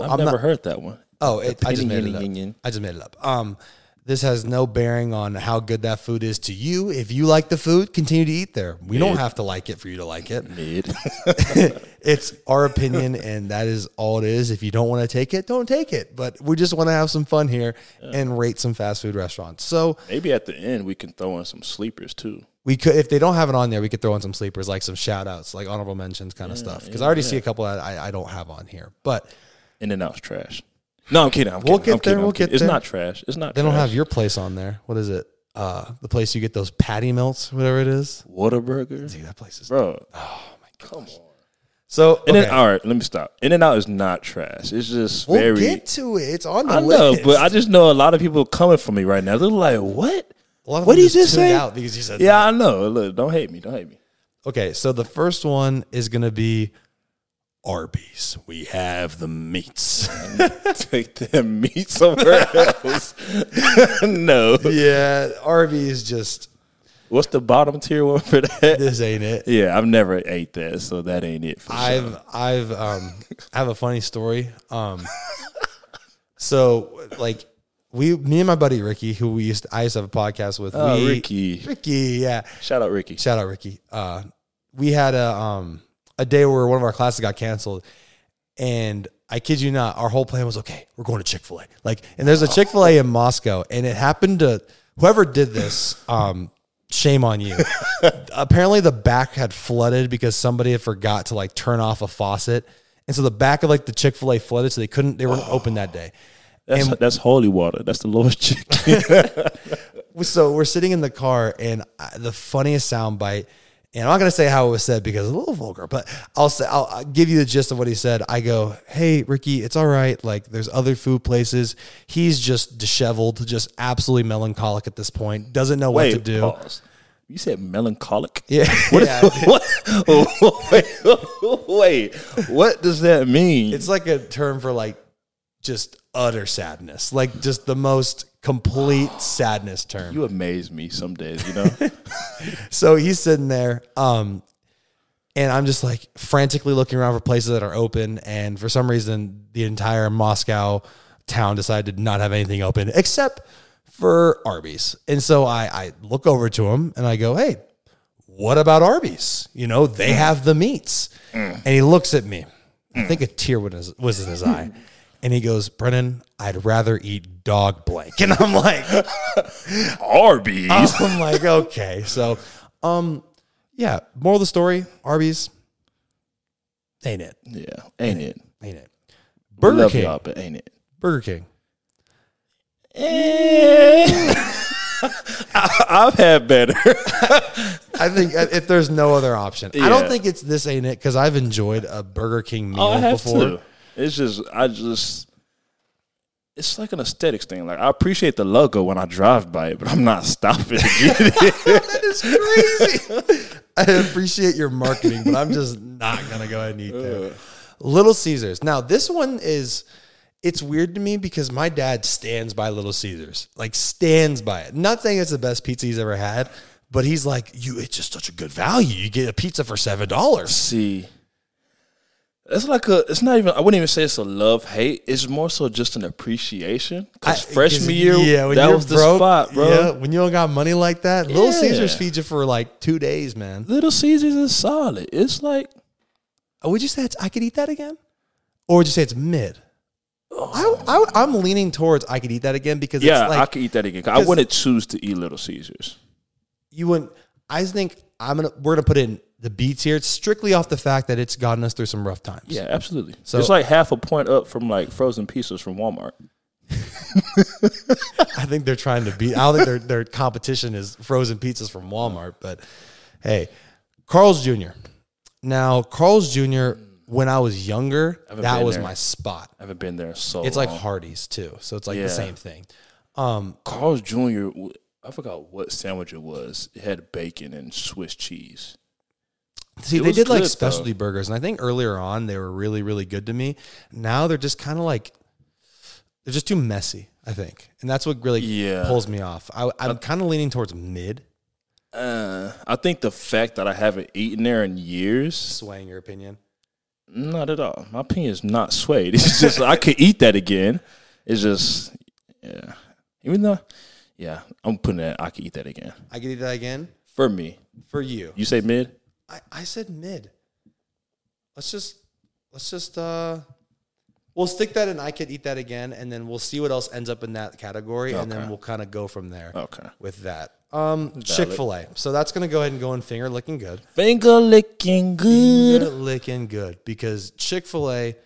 Speaker 1: Oh, I've
Speaker 2: I'm
Speaker 1: never
Speaker 2: not.
Speaker 1: heard that one.
Speaker 2: Oh, it, I just made it up.
Speaker 1: Opinion.
Speaker 2: I just made it up. Um, this has no bearing on how good that food is to you. If you like the food, continue to eat there. We don't have to like it for you to like it.
Speaker 1: Mid.
Speaker 2: it's our opinion, and that is all it is. If you don't want to take it, don't take it. But we just want to have some fun here and rate some fast food restaurants. So
Speaker 1: Maybe at the end we can throw in some sleepers too.
Speaker 2: we could, if they don't have it on there, we could throw in some sleepers, like some shout outs, like honorable mentions kind of stuff. Because I already see a couple that I, I don't have on here, but
Speaker 1: In and out's trash. No, I'm kidding. I'm kidding.
Speaker 2: We'll get
Speaker 1: I'm kidding,
Speaker 2: there,
Speaker 1: I'm
Speaker 2: we'll
Speaker 1: kidding.
Speaker 2: get
Speaker 1: It's
Speaker 2: there.
Speaker 1: not trash. It's not.
Speaker 2: they
Speaker 1: trash.
Speaker 2: don't have your place on there. What is it? Uh, the place you get those patty melts, whatever it is.
Speaker 1: Whataburger,
Speaker 2: Dude, that place is.
Speaker 1: bro. Oh my god. Come on.
Speaker 2: So
Speaker 1: In
Speaker 2: okay,
Speaker 1: and all right, let me stop. In and out is not trash. It's just
Speaker 2: we'll
Speaker 1: very.
Speaker 2: get to it. It's on the
Speaker 1: I
Speaker 2: list.
Speaker 1: know, but I just know a lot of people coming for me right now. They're like, "What?
Speaker 2: A lot of
Speaker 1: What
Speaker 2: them
Speaker 1: did you
Speaker 2: just tuned
Speaker 1: say?"
Speaker 2: Out because you said
Speaker 1: Yeah, I know. Look, don't hate me. Don't hate me.
Speaker 2: Okay, so the first one is going to be Arby's. We have the meats.
Speaker 1: Take that meat somewhere else. no.
Speaker 2: yeah, Arby's just
Speaker 1: What's the bottom tier one for that?
Speaker 2: this ain't it.
Speaker 1: Yeah, I've never ate that, so that ain't it for sure.
Speaker 2: I've I've um I have a funny story. Um so like we me and my buddy Ricky who we used I used to have a podcast with
Speaker 1: Oh,
Speaker 2: we,
Speaker 1: Ricky.
Speaker 2: Ricky, yeah.
Speaker 1: Shout out Ricky.
Speaker 2: Shout out Ricky. Uh, we had a um a day where one of our classes got canceled, and I kid you not, our whole plan was okay. We're going to Chick Fil A. Like, and there's a Chick Fil A in Moscow, and it happened to whoever did this. Um, shame on you. Apparently, the back had flooded because somebody had forgot to like turn off a faucet, and so the back of like the Chick Fil A flooded, so they couldn't. They weren't open that day.
Speaker 1: That's, that's holy water. That's the Lord's chicken.
Speaker 2: so we're sitting in the car and I, the funniest sound bite and i'm not going to say how it was said because it's a little vulgar but i'll say I'll, I'll give you the gist of what he said i go hey ricky it's all right like there's other food places he's just disheveled just absolutely melancholic at this point doesn't know what to do
Speaker 1: pause. You said melancholic.
Speaker 2: yeah,
Speaker 1: oh. What?
Speaker 2: Yeah.
Speaker 1: what? wait, wait. What does that mean?
Speaker 2: it's like a term for like just utter sadness like just the most complete sadness term
Speaker 1: you amaze me some days. You know.
Speaker 2: so he's sitting there um and i'm just like frantically looking around for places that are open and for some reason the entire moscow town decided to not have anything open except for arby's and so i i look over to him and i go hey what about arby's you know they have the meats and he looks at me i think a tear was was in his eye And he goes, Brennan, I'd rather eat dog blank. And I'm like,
Speaker 1: Arby's.
Speaker 2: I'm like, okay. So, um, yeah. Moral of the story: Arby's ain't it?
Speaker 1: yeah, ain't it?
Speaker 2: Ain't it? Burger
Speaker 1: Love
Speaker 2: King.
Speaker 1: y'all, but ain't it?
Speaker 2: Burger King.
Speaker 1: Eh. I've had better.
Speaker 2: I think if if there's no other option, I
Speaker 1: Yeah.
Speaker 2: don't think it's this ain't it because I've enjoyed a Burger King meal
Speaker 1: Oh, I have
Speaker 2: before.
Speaker 1: to. It's just, I just, it's like an aesthetics thing. Like I appreciate the logo when I drive by it, but I'm not stopping to get it.
Speaker 2: that is crazy. I appreciate your marketing, but I'm just not gonna go ahead and eat there. Little Caesars. Now this one is it's weird to me because my dad stands by Little Caesars. Like stands by it. Not saying it's the best pizza he's ever had, but he's like, you it's just such a good value. You get a pizza for seven dollars.
Speaker 1: See, it's like a. It's not even. I wouldn't even say it's a love hate. It's more so just an appreciation. Cause freshman year, that was the spot, bro.
Speaker 2: when you don't got money like that, Little
Speaker 1: Yeah.
Speaker 2: Caesars feeds you for like two days, man.
Speaker 1: Little Caesars is solid. It's like
Speaker 2: Oh, would you say it's, I could eat that again? Or would you say it's mid? I, I, I'm leaning towards I could eat that again because
Speaker 1: yeah,
Speaker 2: it's like
Speaker 1: I could eat that again. 'Cause I
Speaker 2: 'cause-
Speaker 1: wouldn't choose to eat Little Caesars.
Speaker 2: you wouldn't. I think I'm gonna we're gonna put in the B tier strictly off the fact that it's gotten us through some rough times.
Speaker 1: Yeah, absolutely.
Speaker 2: So-
Speaker 1: it's like half a point up from like frozen pizzas from Walmart.
Speaker 2: I think they're trying to beat. I don't think their their competition is frozen pizzas from Walmart, but hey, Carl's Jr. Now Carl's Jr. When I was younger, that
Speaker 1: been
Speaker 2: was
Speaker 1: there.
Speaker 2: my spot.
Speaker 1: I haven't been there in so.
Speaker 2: It's like
Speaker 1: long.
Speaker 2: Hardee's too, so it's like
Speaker 1: Yeah.
Speaker 2: the same thing. Um,
Speaker 1: Carl's Jr. w- I forgot what sandwich it was. It had bacon and Swiss cheese.
Speaker 2: See,
Speaker 1: It
Speaker 2: they
Speaker 1: was
Speaker 2: did like
Speaker 1: good, though.
Speaker 2: specialty burgers, and I think earlier on they were really, really good to me. Now they're just kind of like they're just too messy, I think, and that's what really
Speaker 1: Yeah.
Speaker 2: pulls me off. I, I'm kind of leaning towards mid.
Speaker 1: Uh, I think the fact that I haven't eaten there in years
Speaker 2: Swaying your opinion,
Speaker 1: Not at all. My opinion is not swayed. It's just I could eat that again. It's just yeah. Even though yeah, I'm putting that I could eat that again.
Speaker 2: I could eat that again
Speaker 1: For me.
Speaker 2: for you.
Speaker 1: You say mid?
Speaker 2: I, I said mid. Let's just let's just uh, we'll stick that in. I could eat that again, and then we'll see what else ends up in that category, and then
Speaker 1: Okay. Oh.
Speaker 2: we'll kind of go from there
Speaker 1: Okay.
Speaker 2: with that. Um, Chick Fil A. So that's gonna go ahead and go in finger looking good.
Speaker 1: Finger licking good.
Speaker 2: Good licking good because Chick Fil A, it,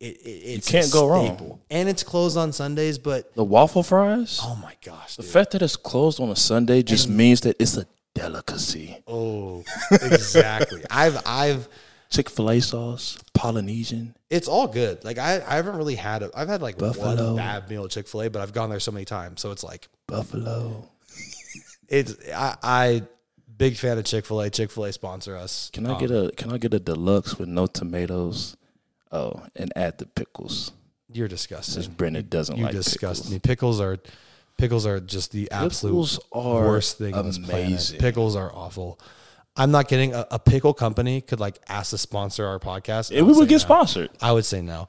Speaker 2: it, it's
Speaker 1: can't
Speaker 2: a
Speaker 1: go wrong.
Speaker 2: staple. and it's closed on Sundays. But
Speaker 1: The waffle fries?
Speaker 2: oh Mm. my gosh,
Speaker 1: The
Speaker 2: dude.
Speaker 1: fact that it's closed on a Sunday just means that it's a delicacy.
Speaker 2: oh exactly. I've I've
Speaker 1: Chick-fil-A sauce, Polynesian.
Speaker 2: it's all good. Like I I haven't really had a, I've had like
Speaker 1: Buffalo.
Speaker 2: one bad meal at Chick Fil A, but I've gone there so many times, so it's like
Speaker 1: Buffalo.
Speaker 2: it's I, I big fan of Chick Fil A. Chick Fil A sponsor us.
Speaker 1: Can I get a can I get a deluxe with no tomatoes? Oh, and add the pickles.
Speaker 2: You're disgusting.
Speaker 1: Since Brendan doesn't
Speaker 2: You
Speaker 1: like
Speaker 2: disgust
Speaker 1: pickles.
Speaker 2: me. Pickles are pickles are just the absolute
Speaker 1: Pickles are
Speaker 2: worst thing on this
Speaker 1: amazing.
Speaker 2: planet. Pickles are awful. I'm not kidding. A, a pickle company could like ask to sponsor our podcast. I
Speaker 1: And we would
Speaker 2: say
Speaker 1: get
Speaker 2: no.
Speaker 1: sponsored.
Speaker 2: I would say no.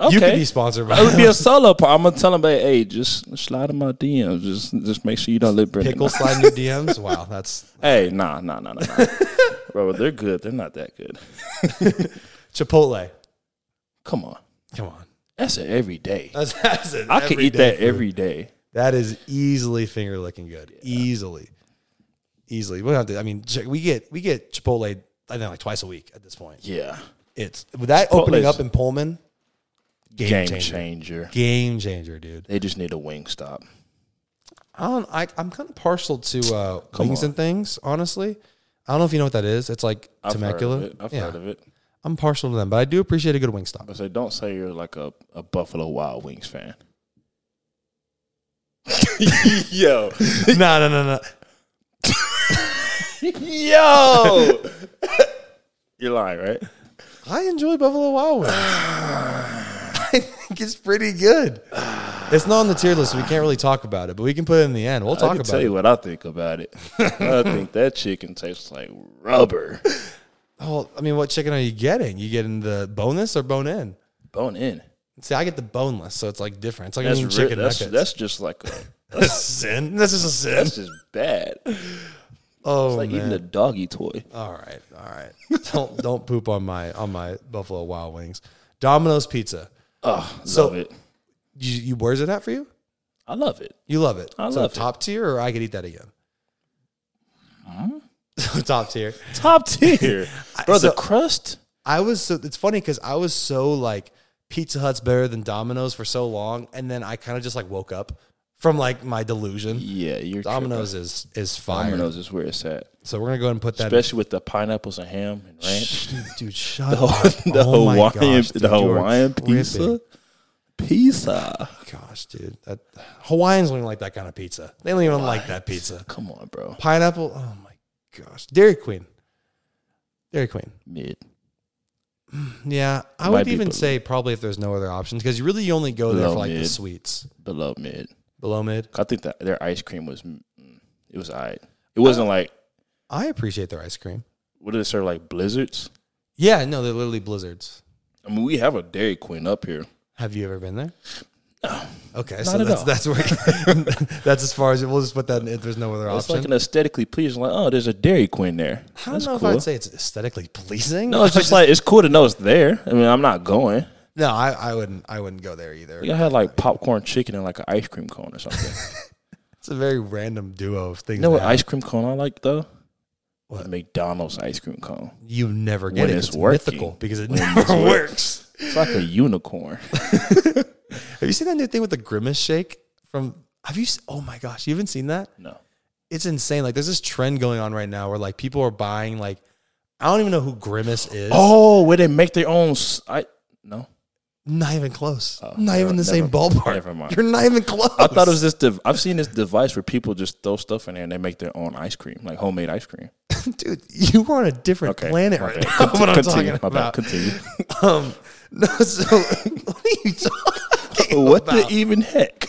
Speaker 2: You
Speaker 1: Okay.
Speaker 2: could be sponsored by
Speaker 1: It would be a solo part. I'm gonna tell him, hey, hey, just slide in my DMs. Just, just make sure you don't let Brendan.
Speaker 2: pickle
Speaker 1: know.
Speaker 2: slide in your DMs. Wow, that's
Speaker 1: Hey, nah, nah, nah, nah, nah. Bro, they're good. They're not that good.
Speaker 2: Chipotle.
Speaker 1: Come on,
Speaker 2: Come on,
Speaker 1: that's it every day.
Speaker 2: that's, that's it.
Speaker 1: I could eat
Speaker 2: Everyday
Speaker 1: that
Speaker 2: food.
Speaker 1: every day.
Speaker 2: That is easily finger licking good. Easily, easily. We don't have to. I mean, Chick- we get we get Chipotle. I think like twice a week at this point.
Speaker 1: Yeah,
Speaker 2: It's with that opening
Speaker 1: Chipotle's-
Speaker 2: up in Pullman. Game,
Speaker 1: game
Speaker 2: changer.
Speaker 1: changer.
Speaker 2: Game changer, dude.
Speaker 1: They just need a wing stop.
Speaker 2: I don't. I, I'm kind of partial to uh, wings and things. Honestly, I don't know if you know what that is. It's like
Speaker 1: I've heard
Speaker 2: Temecula.
Speaker 1: of it. I've
Speaker 2: yeah,
Speaker 1: heard of it.
Speaker 2: I'm partial to them, but I do appreciate a good wing stop.
Speaker 1: I say, don't say you're like a, a Buffalo Wild Wings fan. Yo,
Speaker 2: no, no, no, no.
Speaker 1: yo, you're lying, right?
Speaker 2: I enjoy Buffalo Wild Wings. I think it's pretty good. It's not on the tier list. so We can't really talk about it, but we can put it in the end. We'll
Speaker 1: I
Speaker 2: talk
Speaker 1: can
Speaker 2: about
Speaker 1: tell
Speaker 2: it.
Speaker 1: you what I think about it. I think that chicken tastes like rubber.
Speaker 2: Oh, I mean, what chicken are you getting? You getting the boneless or bone in?
Speaker 1: Bone in.
Speaker 2: See, I get the boneless, so it's like different. It's like
Speaker 1: That's
Speaker 2: I mean,
Speaker 1: ri-
Speaker 2: chicken
Speaker 1: that's,
Speaker 2: nuggets.
Speaker 1: that's just like a,
Speaker 2: That's sin. This is a sin.
Speaker 1: that's just bad. It's
Speaker 2: Oh,
Speaker 1: like
Speaker 2: man.
Speaker 1: eating a doggy toy.
Speaker 2: all right, all right. don't don't poop on my on my Buffalo Wild Wings. Domino's Pizza.
Speaker 1: Oh,
Speaker 2: Uh, So-
Speaker 1: love it.
Speaker 2: You, you where's it at for you?
Speaker 1: I love it.
Speaker 2: You love it.
Speaker 1: I
Speaker 2: so
Speaker 1: love it.
Speaker 2: top tier, or I could eat that again. So top tier.
Speaker 1: Top tier, bro.
Speaker 2: so-
Speaker 1: the crust.
Speaker 2: I was so it's funny because I was so like Pizza Hut's better than Domino's for so long, and then I kind of just like woke up from like my delusion.
Speaker 1: Yeah, you're
Speaker 2: Domino's is is fire.
Speaker 1: tripping. Domino's is where it's at,
Speaker 2: So we're gonna go ahead and put that.
Speaker 1: especially with the pineapples and ham and ranch.
Speaker 2: in. Dude, shut
Speaker 1: The,
Speaker 2: up.
Speaker 1: the
Speaker 2: Oh my
Speaker 1: Hawaiian,
Speaker 2: gosh, dude,
Speaker 1: the
Speaker 2: you are
Speaker 1: Hawaiian
Speaker 2: tripping.
Speaker 1: pizza, pizza.
Speaker 2: Gosh, dude, that, Hawaiians don't even like that kind of pizza. They don't even like that pizza.
Speaker 1: Come on, bro.
Speaker 2: Pineapple. Oh my gosh, Dairy Queen. Dairy Queen.
Speaker 1: Mid.
Speaker 2: Yeah, I
Speaker 1: Might
Speaker 2: would
Speaker 1: be
Speaker 2: even
Speaker 1: below.
Speaker 2: say probably if there's no other options because you really you only go there
Speaker 1: Below
Speaker 2: for like the
Speaker 1: mid.
Speaker 2: sweets.
Speaker 1: below mid.
Speaker 2: Below mid,
Speaker 1: I think that their ice cream was mm, it was alright. It wasn't like
Speaker 2: I appreciate their ice cream.
Speaker 1: what do they serve like blizzards?
Speaker 2: Yeah, no, they're literally blizzards.
Speaker 1: I mean, we have a Dairy Queen up here.
Speaker 2: Have you ever been there? No. Okay,
Speaker 1: Not
Speaker 2: so
Speaker 1: at
Speaker 2: that's
Speaker 1: all.
Speaker 2: that's where that's as far as we'll just put that. in if there's no other
Speaker 1: It's
Speaker 2: option,
Speaker 1: like an aesthetically pleasing. Like, oh, there's a Dairy Queen there.
Speaker 2: I don't
Speaker 1: That's
Speaker 2: know
Speaker 1: cool.
Speaker 2: if I'd say it's aesthetically pleasing.
Speaker 1: no, it's just like it's cool to know it's there. I mean, I'm not going.
Speaker 2: no, I, I wouldn't I wouldn't go there either.
Speaker 1: Like, I had like popcorn chicken and like an ice cream cone or something.
Speaker 2: It's a very random duo of things.
Speaker 1: you know what
Speaker 2: that happen.
Speaker 1: ice cream cone I like though? The McDonald's ice cream cone.
Speaker 2: you never get
Speaker 1: When
Speaker 2: it. 'cause
Speaker 1: it's
Speaker 2: It's,
Speaker 1: working.
Speaker 2: mythical because it
Speaker 1: When
Speaker 2: never
Speaker 1: it's work-
Speaker 2: works.
Speaker 1: It's like a unicorn.
Speaker 2: Have you seen that new thing with the grimace shake from? Have you? s- Oh my gosh, you haven't seen that?
Speaker 1: No.
Speaker 2: It's insane. Like there's this trend going on right now where like people are buying like I don't even know who grimace is.
Speaker 1: Oh, where they make their own. s- I no.
Speaker 2: Not even close.
Speaker 1: Oh,
Speaker 2: not even
Speaker 1: never-
Speaker 2: the same
Speaker 1: never-
Speaker 2: ballpark.
Speaker 1: never mind.
Speaker 2: You're not even close.
Speaker 1: I thought it was this. Div- I've seen this device where people just throw stuff in there and they make their own ice cream, like homemade ice cream.
Speaker 2: dude. You were on a different
Speaker 1: Okay,
Speaker 2: planet
Speaker 1: my
Speaker 2: right
Speaker 1: bad.
Speaker 2: now.
Speaker 1: Con-
Speaker 2: What I'm
Speaker 1: continue,
Speaker 2: talking
Speaker 1: my bad,
Speaker 2: about.
Speaker 1: Continue.
Speaker 2: Um, no. So what are you talking?
Speaker 1: what the
Speaker 2: about?
Speaker 1: even heck?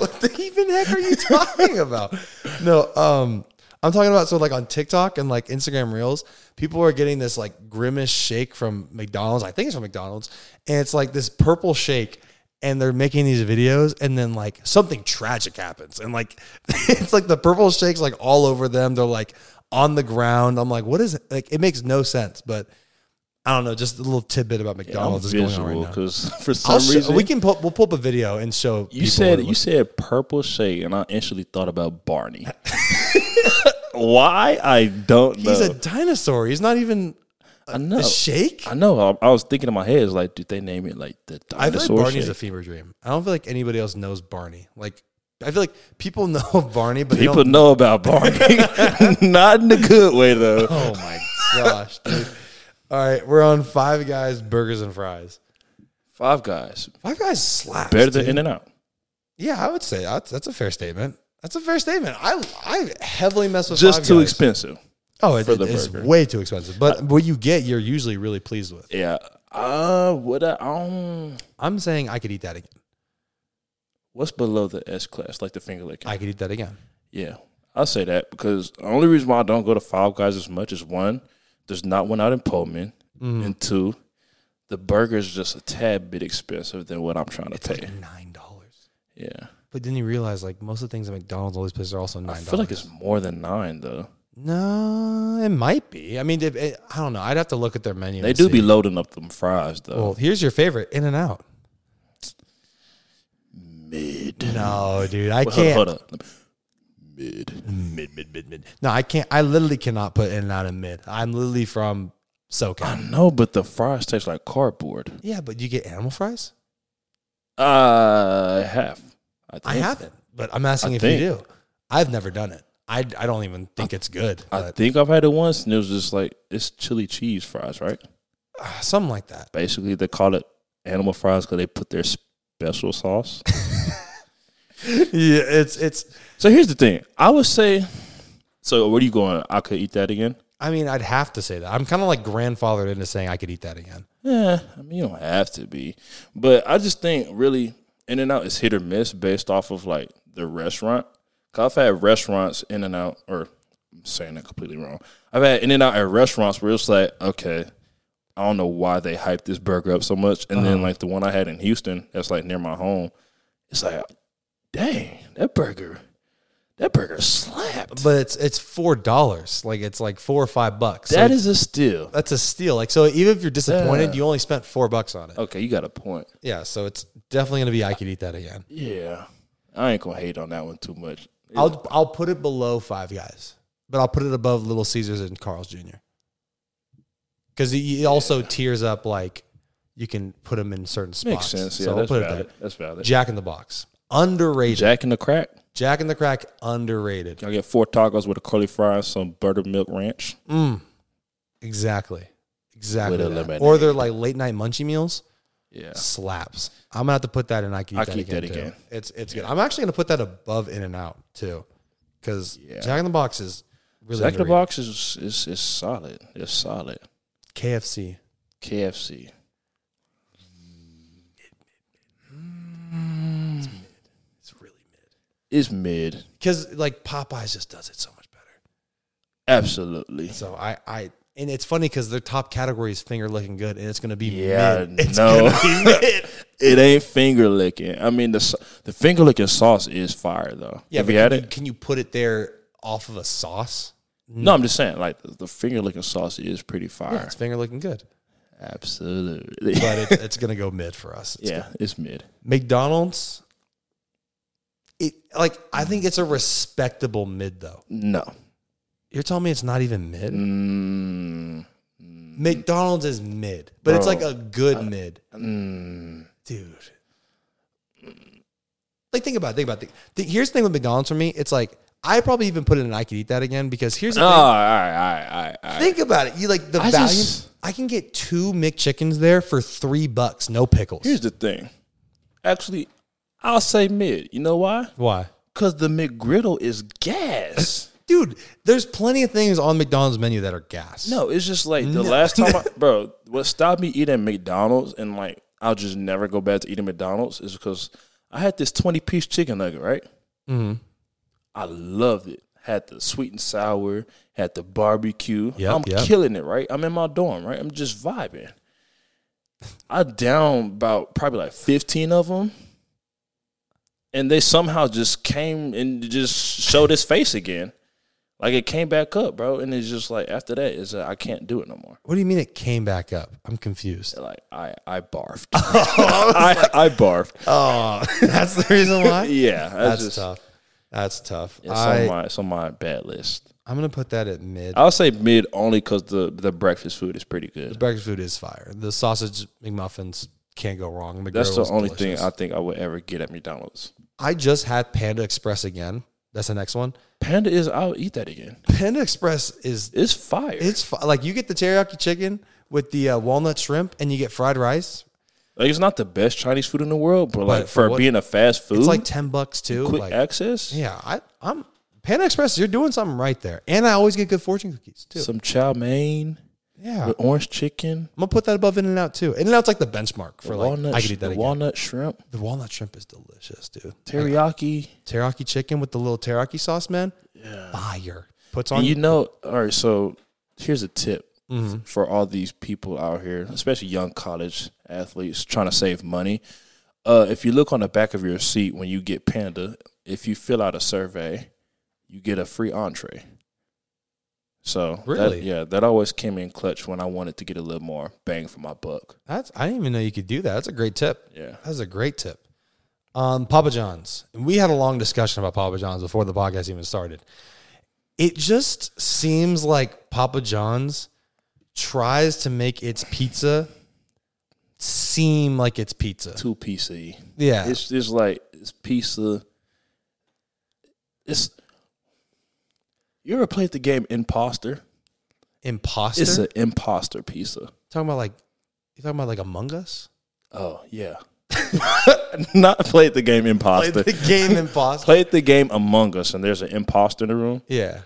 Speaker 2: what the even heck are you talking about? No, um, I'm talking about so like on TikTok and like Instagram Reels, people are getting this like grimace shake from McDonald's. I think it's from McDonald's, and it's like this purple shake. And they're making these videos, and then like something tragic happens, and like it's like the purple shakes like all over them. They're like on the ground. I'm like, what is it? Like it makes no sense, but I don't know. Just a little tidbit about McDonald's Oh, is going on right now.
Speaker 1: because for some
Speaker 2: I'll show-
Speaker 1: reason
Speaker 2: we can pull, we'll pull up a video and show.
Speaker 1: you said you said purple shade, and I instantly thought about Barney. Why I don't know.
Speaker 2: He's a dinosaur. He's not even
Speaker 1: I know.
Speaker 2: a shake.
Speaker 1: I know. I, I was thinking in my head, it's like, did they name it like the
Speaker 2: I feel like
Speaker 1: dinosaur?
Speaker 2: Barney's
Speaker 1: shake?
Speaker 2: a fever dream. I don't feel like anybody else knows Barney. Like I feel like people know of Barney, but
Speaker 1: People
Speaker 2: They don't,
Speaker 1: know about Barney, not in a good way though.
Speaker 2: oh my gosh, dude! All right, we're on Five Guys burgers and fries.
Speaker 1: Five Guys
Speaker 2: Five Guys slaps.
Speaker 1: better than
Speaker 2: dude.
Speaker 1: In and Out.
Speaker 2: yeah, I would say that's, that's a fair statement. That's a fair statement. I I heavily mess with
Speaker 1: Just
Speaker 2: Five
Speaker 1: too
Speaker 2: Guys.
Speaker 1: expensive.
Speaker 2: Oh, it,
Speaker 1: for the
Speaker 2: it's
Speaker 1: burger.
Speaker 2: way too expensive. But what you get, you're usually really pleased with.
Speaker 1: Yeah. Uh, what I um,
Speaker 2: I'm saying I could eat that again.
Speaker 1: what's below the S class, like the finger licking?
Speaker 2: I could eat that again.
Speaker 1: yeah, I'll say that because the only reason why I don't go to Five Guys as much is one, there's not one out in Pullman,
Speaker 2: Mm.
Speaker 1: and two, the burger's just a tad bit expensive than what I'm trying to pay.
Speaker 2: Nine dollars.
Speaker 1: yeah,
Speaker 2: But then you realize like most of the things at McDonald's, all these places are also nine
Speaker 1: I
Speaker 2: dollars.
Speaker 1: feel like it's more than nine though.
Speaker 2: no, it might be. I mean, it, it- I don't know. I'd have to look at their menu.
Speaker 1: They
Speaker 2: and
Speaker 1: do
Speaker 2: see.
Speaker 1: be loading up them fries though.
Speaker 2: Well, here's your favorite, In and Out.
Speaker 1: mid.
Speaker 2: No, dude, I
Speaker 1: Hold-
Speaker 2: can't. Mm.
Speaker 1: Hold, up. Mid. Mid. Mid. Mid. Mid.
Speaker 2: No, I can't. I literally cannot put In and Out in mid. I'm literally from SoCal.
Speaker 1: No, but the fries taste like cardboard.
Speaker 2: yeah, but you get animal fries.
Speaker 1: Uh, half. I, think.
Speaker 2: I haven't, but I'm asking
Speaker 1: I
Speaker 2: if you do. I've never done it. I, I don't even think it's good.
Speaker 1: I
Speaker 2: But,
Speaker 1: think I've had it once, and it was just like it's chili cheese fries, right?
Speaker 2: uh, something like that.
Speaker 1: Basically, they call it animal fries because they put their special sauce.
Speaker 2: yeah, it's it's.
Speaker 1: so here's the thing: I would say, so where are you going? I could eat that again.
Speaker 2: I mean, I'd have to say that. I'm kind of like grandfathered into saying I could eat that again.
Speaker 1: Yeah, Eh, I mean you don't have to be, but I just think really In and Out is hit or miss based off of like the restaurant. Cause I've had restaurants In and Out, or I'm saying that completely wrong. I've had In and Out at restaurants where it's like, okay, I don't know why they hyped this burger up so much, and then like the one I had in Houston, that's like near my home, it's like, dang, that burger. That burger slapped.
Speaker 2: But it's it's four dollars. Like it's like four or five bucks.
Speaker 1: That
Speaker 2: so
Speaker 1: is a steal.
Speaker 2: that's a steal. Like so, even if you're disappointed,
Speaker 1: Yeah.
Speaker 2: you only spent four bucks on it.
Speaker 1: Okay, you got a point.
Speaker 2: Yeah, so it's definitely gonna be I could eat that again.
Speaker 1: Yeah, I ain't gonna hate on that one too much.
Speaker 2: I'll I'll put it below Five Guys, but I'll put it above Little Caesars and Carl's Jr. Because it it also tiers up like you can put them in certain spots.
Speaker 1: Makes sense. Yeah,
Speaker 2: so I'll
Speaker 1: that's,
Speaker 2: put
Speaker 1: valid.
Speaker 2: it there.
Speaker 1: that's valid.
Speaker 2: Jack in the Box, underrated. Jack,
Speaker 1: Jack in the Crack.
Speaker 2: in the Crack, underrated.
Speaker 1: I get four tacos with a curly fry and some buttermilk ranch.
Speaker 2: Mm. Exactly, exactly.
Speaker 1: With a
Speaker 2: that.
Speaker 1: lemonade.
Speaker 2: Or they're like late night munchie meals.
Speaker 1: Yeah.
Speaker 2: Slaps. I'm gonna have to put that in. I can eat
Speaker 1: I
Speaker 2: that
Speaker 1: can eat
Speaker 2: again.
Speaker 1: that
Speaker 2: too.
Speaker 1: again.
Speaker 2: It's it's good. I'm actually gonna put that above In and Out too, because
Speaker 1: Yeah.
Speaker 2: Jack in the Box is really
Speaker 1: Jack in the
Speaker 2: underrated.
Speaker 1: Box is, is is solid. It's solid.
Speaker 2: KFC.
Speaker 1: KFC.
Speaker 2: It's really mid.
Speaker 1: It's mid.
Speaker 2: Because like Popeyes just does it so much better.
Speaker 1: Absolutely.
Speaker 2: So I I and it's funny because their top category is finger looking good, and it's gonna be
Speaker 1: Yeah,
Speaker 2: mid. It's
Speaker 1: no.
Speaker 2: gonna be mid.
Speaker 1: It ain't finger licking. I mean, the s- the finger licking sauce is fire though.
Speaker 2: yeah,
Speaker 1: Have
Speaker 2: but
Speaker 1: you had
Speaker 2: can, you,
Speaker 1: it?
Speaker 2: can you put it there off of a sauce?
Speaker 1: No, I'm just saying, like the, the finger licking sauce is pretty
Speaker 2: Yeah,
Speaker 1: fire.
Speaker 2: it's finger looking good,
Speaker 1: Absolutely.
Speaker 2: but it's, it's gonna go mid for us. It's
Speaker 1: yeah, it's mid.
Speaker 2: McDonald's. It like I think it's a respectable mid though.
Speaker 1: No.
Speaker 2: You're telling me it's not even mid.
Speaker 1: Mm,
Speaker 2: McDonald's is mid, but it's
Speaker 1: Bro,
Speaker 2: like a good mid,
Speaker 1: mm,
Speaker 2: dude. Like think about it, think about it. Th- Here's the thing with McDonald's for me. It's like I probably even put it in I could eat that again because here's the
Speaker 1: Oh, all right, all right, all
Speaker 2: thing.
Speaker 1: right.
Speaker 2: Think about it. You like the
Speaker 1: I
Speaker 2: value.
Speaker 1: just-
Speaker 2: I can get two McChickens there for three bucks, no pickles.
Speaker 1: Here's the thing. Actually, I'll say mid. You know why?
Speaker 2: Why,
Speaker 1: Because the McGriddle is gas.
Speaker 2: dude? There's plenty of things on McDonald's menu that are gas.
Speaker 1: No, it's just like the last time, I, bro. What stopped me eating McDonald's and like I'll just never go back to eating McDonald's is because I had this twenty piece chicken nugget, right? I loved it. Had the sweet and sour, had the barbecue.
Speaker 2: Yep,
Speaker 1: I'm
Speaker 2: yep.
Speaker 1: killing it, right? I'm in my dorm, right? I'm just vibing. I down about probably like 15 of them. And they somehow just came and just showed his face again. Like it came back up, bro. And it's just like after that, it's like, I can't do it no more.
Speaker 2: What do you mean it came back up? I'm confused.
Speaker 1: Like I, I barfed. I, I barfed.
Speaker 2: Oh, that's the reason why.
Speaker 1: Yeah,
Speaker 2: that's
Speaker 1: that's just
Speaker 2: tough. That's tough.
Speaker 1: it's
Speaker 2: I,
Speaker 1: on my it's on my bad list.
Speaker 2: I'm gonna put that at mid.
Speaker 1: I'll say mid only because the the breakfast food is pretty good.
Speaker 2: Breakfast food is fire. The sausage McMuffins can't go wrong.
Speaker 1: That's the
Speaker 2: McGriddle's
Speaker 1: only
Speaker 2: delicious.
Speaker 1: thing I think I would ever get at McDonald's.
Speaker 2: I just had Panda Express again. That's the next one.
Speaker 1: Panda is I'll eat that again.
Speaker 2: Panda Express is
Speaker 1: It's fire.
Speaker 2: it's fi- like you get the teriyaki chicken with the uh, walnut shrimp and you get fried rice.
Speaker 1: like it's not the best Chinese food in the world, but like for
Speaker 2: what-
Speaker 1: being a fast food,
Speaker 2: It's like ten bucks too.
Speaker 1: quick
Speaker 2: Like
Speaker 1: access,
Speaker 2: yeah, I, I'm Panda Express. You're doing something right there. And I always get good fortune cookies too.
Speaker 1: some chow mein,
Speaker 2: yeah,
Speaker 1: with orange chicken,
Speaker 2: I'm gonna put that above In and Out too. In and Out's like the benchmark for like
Speaker 1: walnut,
Speaker 2: I could eat that
Speaker 1: the
Speaker 2: again.
Speaker 1: walnut shrimp,
Speaker 2: the walnut shrimp is delicious, dude.
Speaker 1: teriyaki.
Speaker 2: teriyaki chicken with the little teriyaki sauce, man. Fire. Puts on
Speaker 1: And you know, all right. So here's a tip
Speaker 2: Mm-hmm.
Speaker 1: for all these people out here, especially young college athletes trying to save money. Uh, if you look on the back of your seat when you get Panda, if you fill out a survey, you get a free entree. So that-
Speaker 2: Really?
Speaker 1: yeah, that always came in clutch when I wanted to get a little more bang for my buck.
Speaker 2: that's I didn't even know you could do that. That's a great tip.
Speaker 1: Yeah,
Speaker 2: That's a great tip. Um, Papa John's. And we had a long discussion about Papa John's before the podcast even started. It just seems like Papa John's tries to make its pizza seem like it's pizza.
Speaker 1: two PC.
Speaker 2: Yeah.
Speaker 1: It's it's like it's pizza. It's you ever played the game Imposter?
Speaker 2: Imposter.
Speaker 1: It's an imposter pizza.
Speaker 2: talking about like you talking about like Among Us?
Speaker 1: Oh yeah. Not played the game imposter. Played the,
Speaker 2: game imposter.
Speaker 1: game Among Us, and there's an imposter in the room.
Speaker 2: yeah.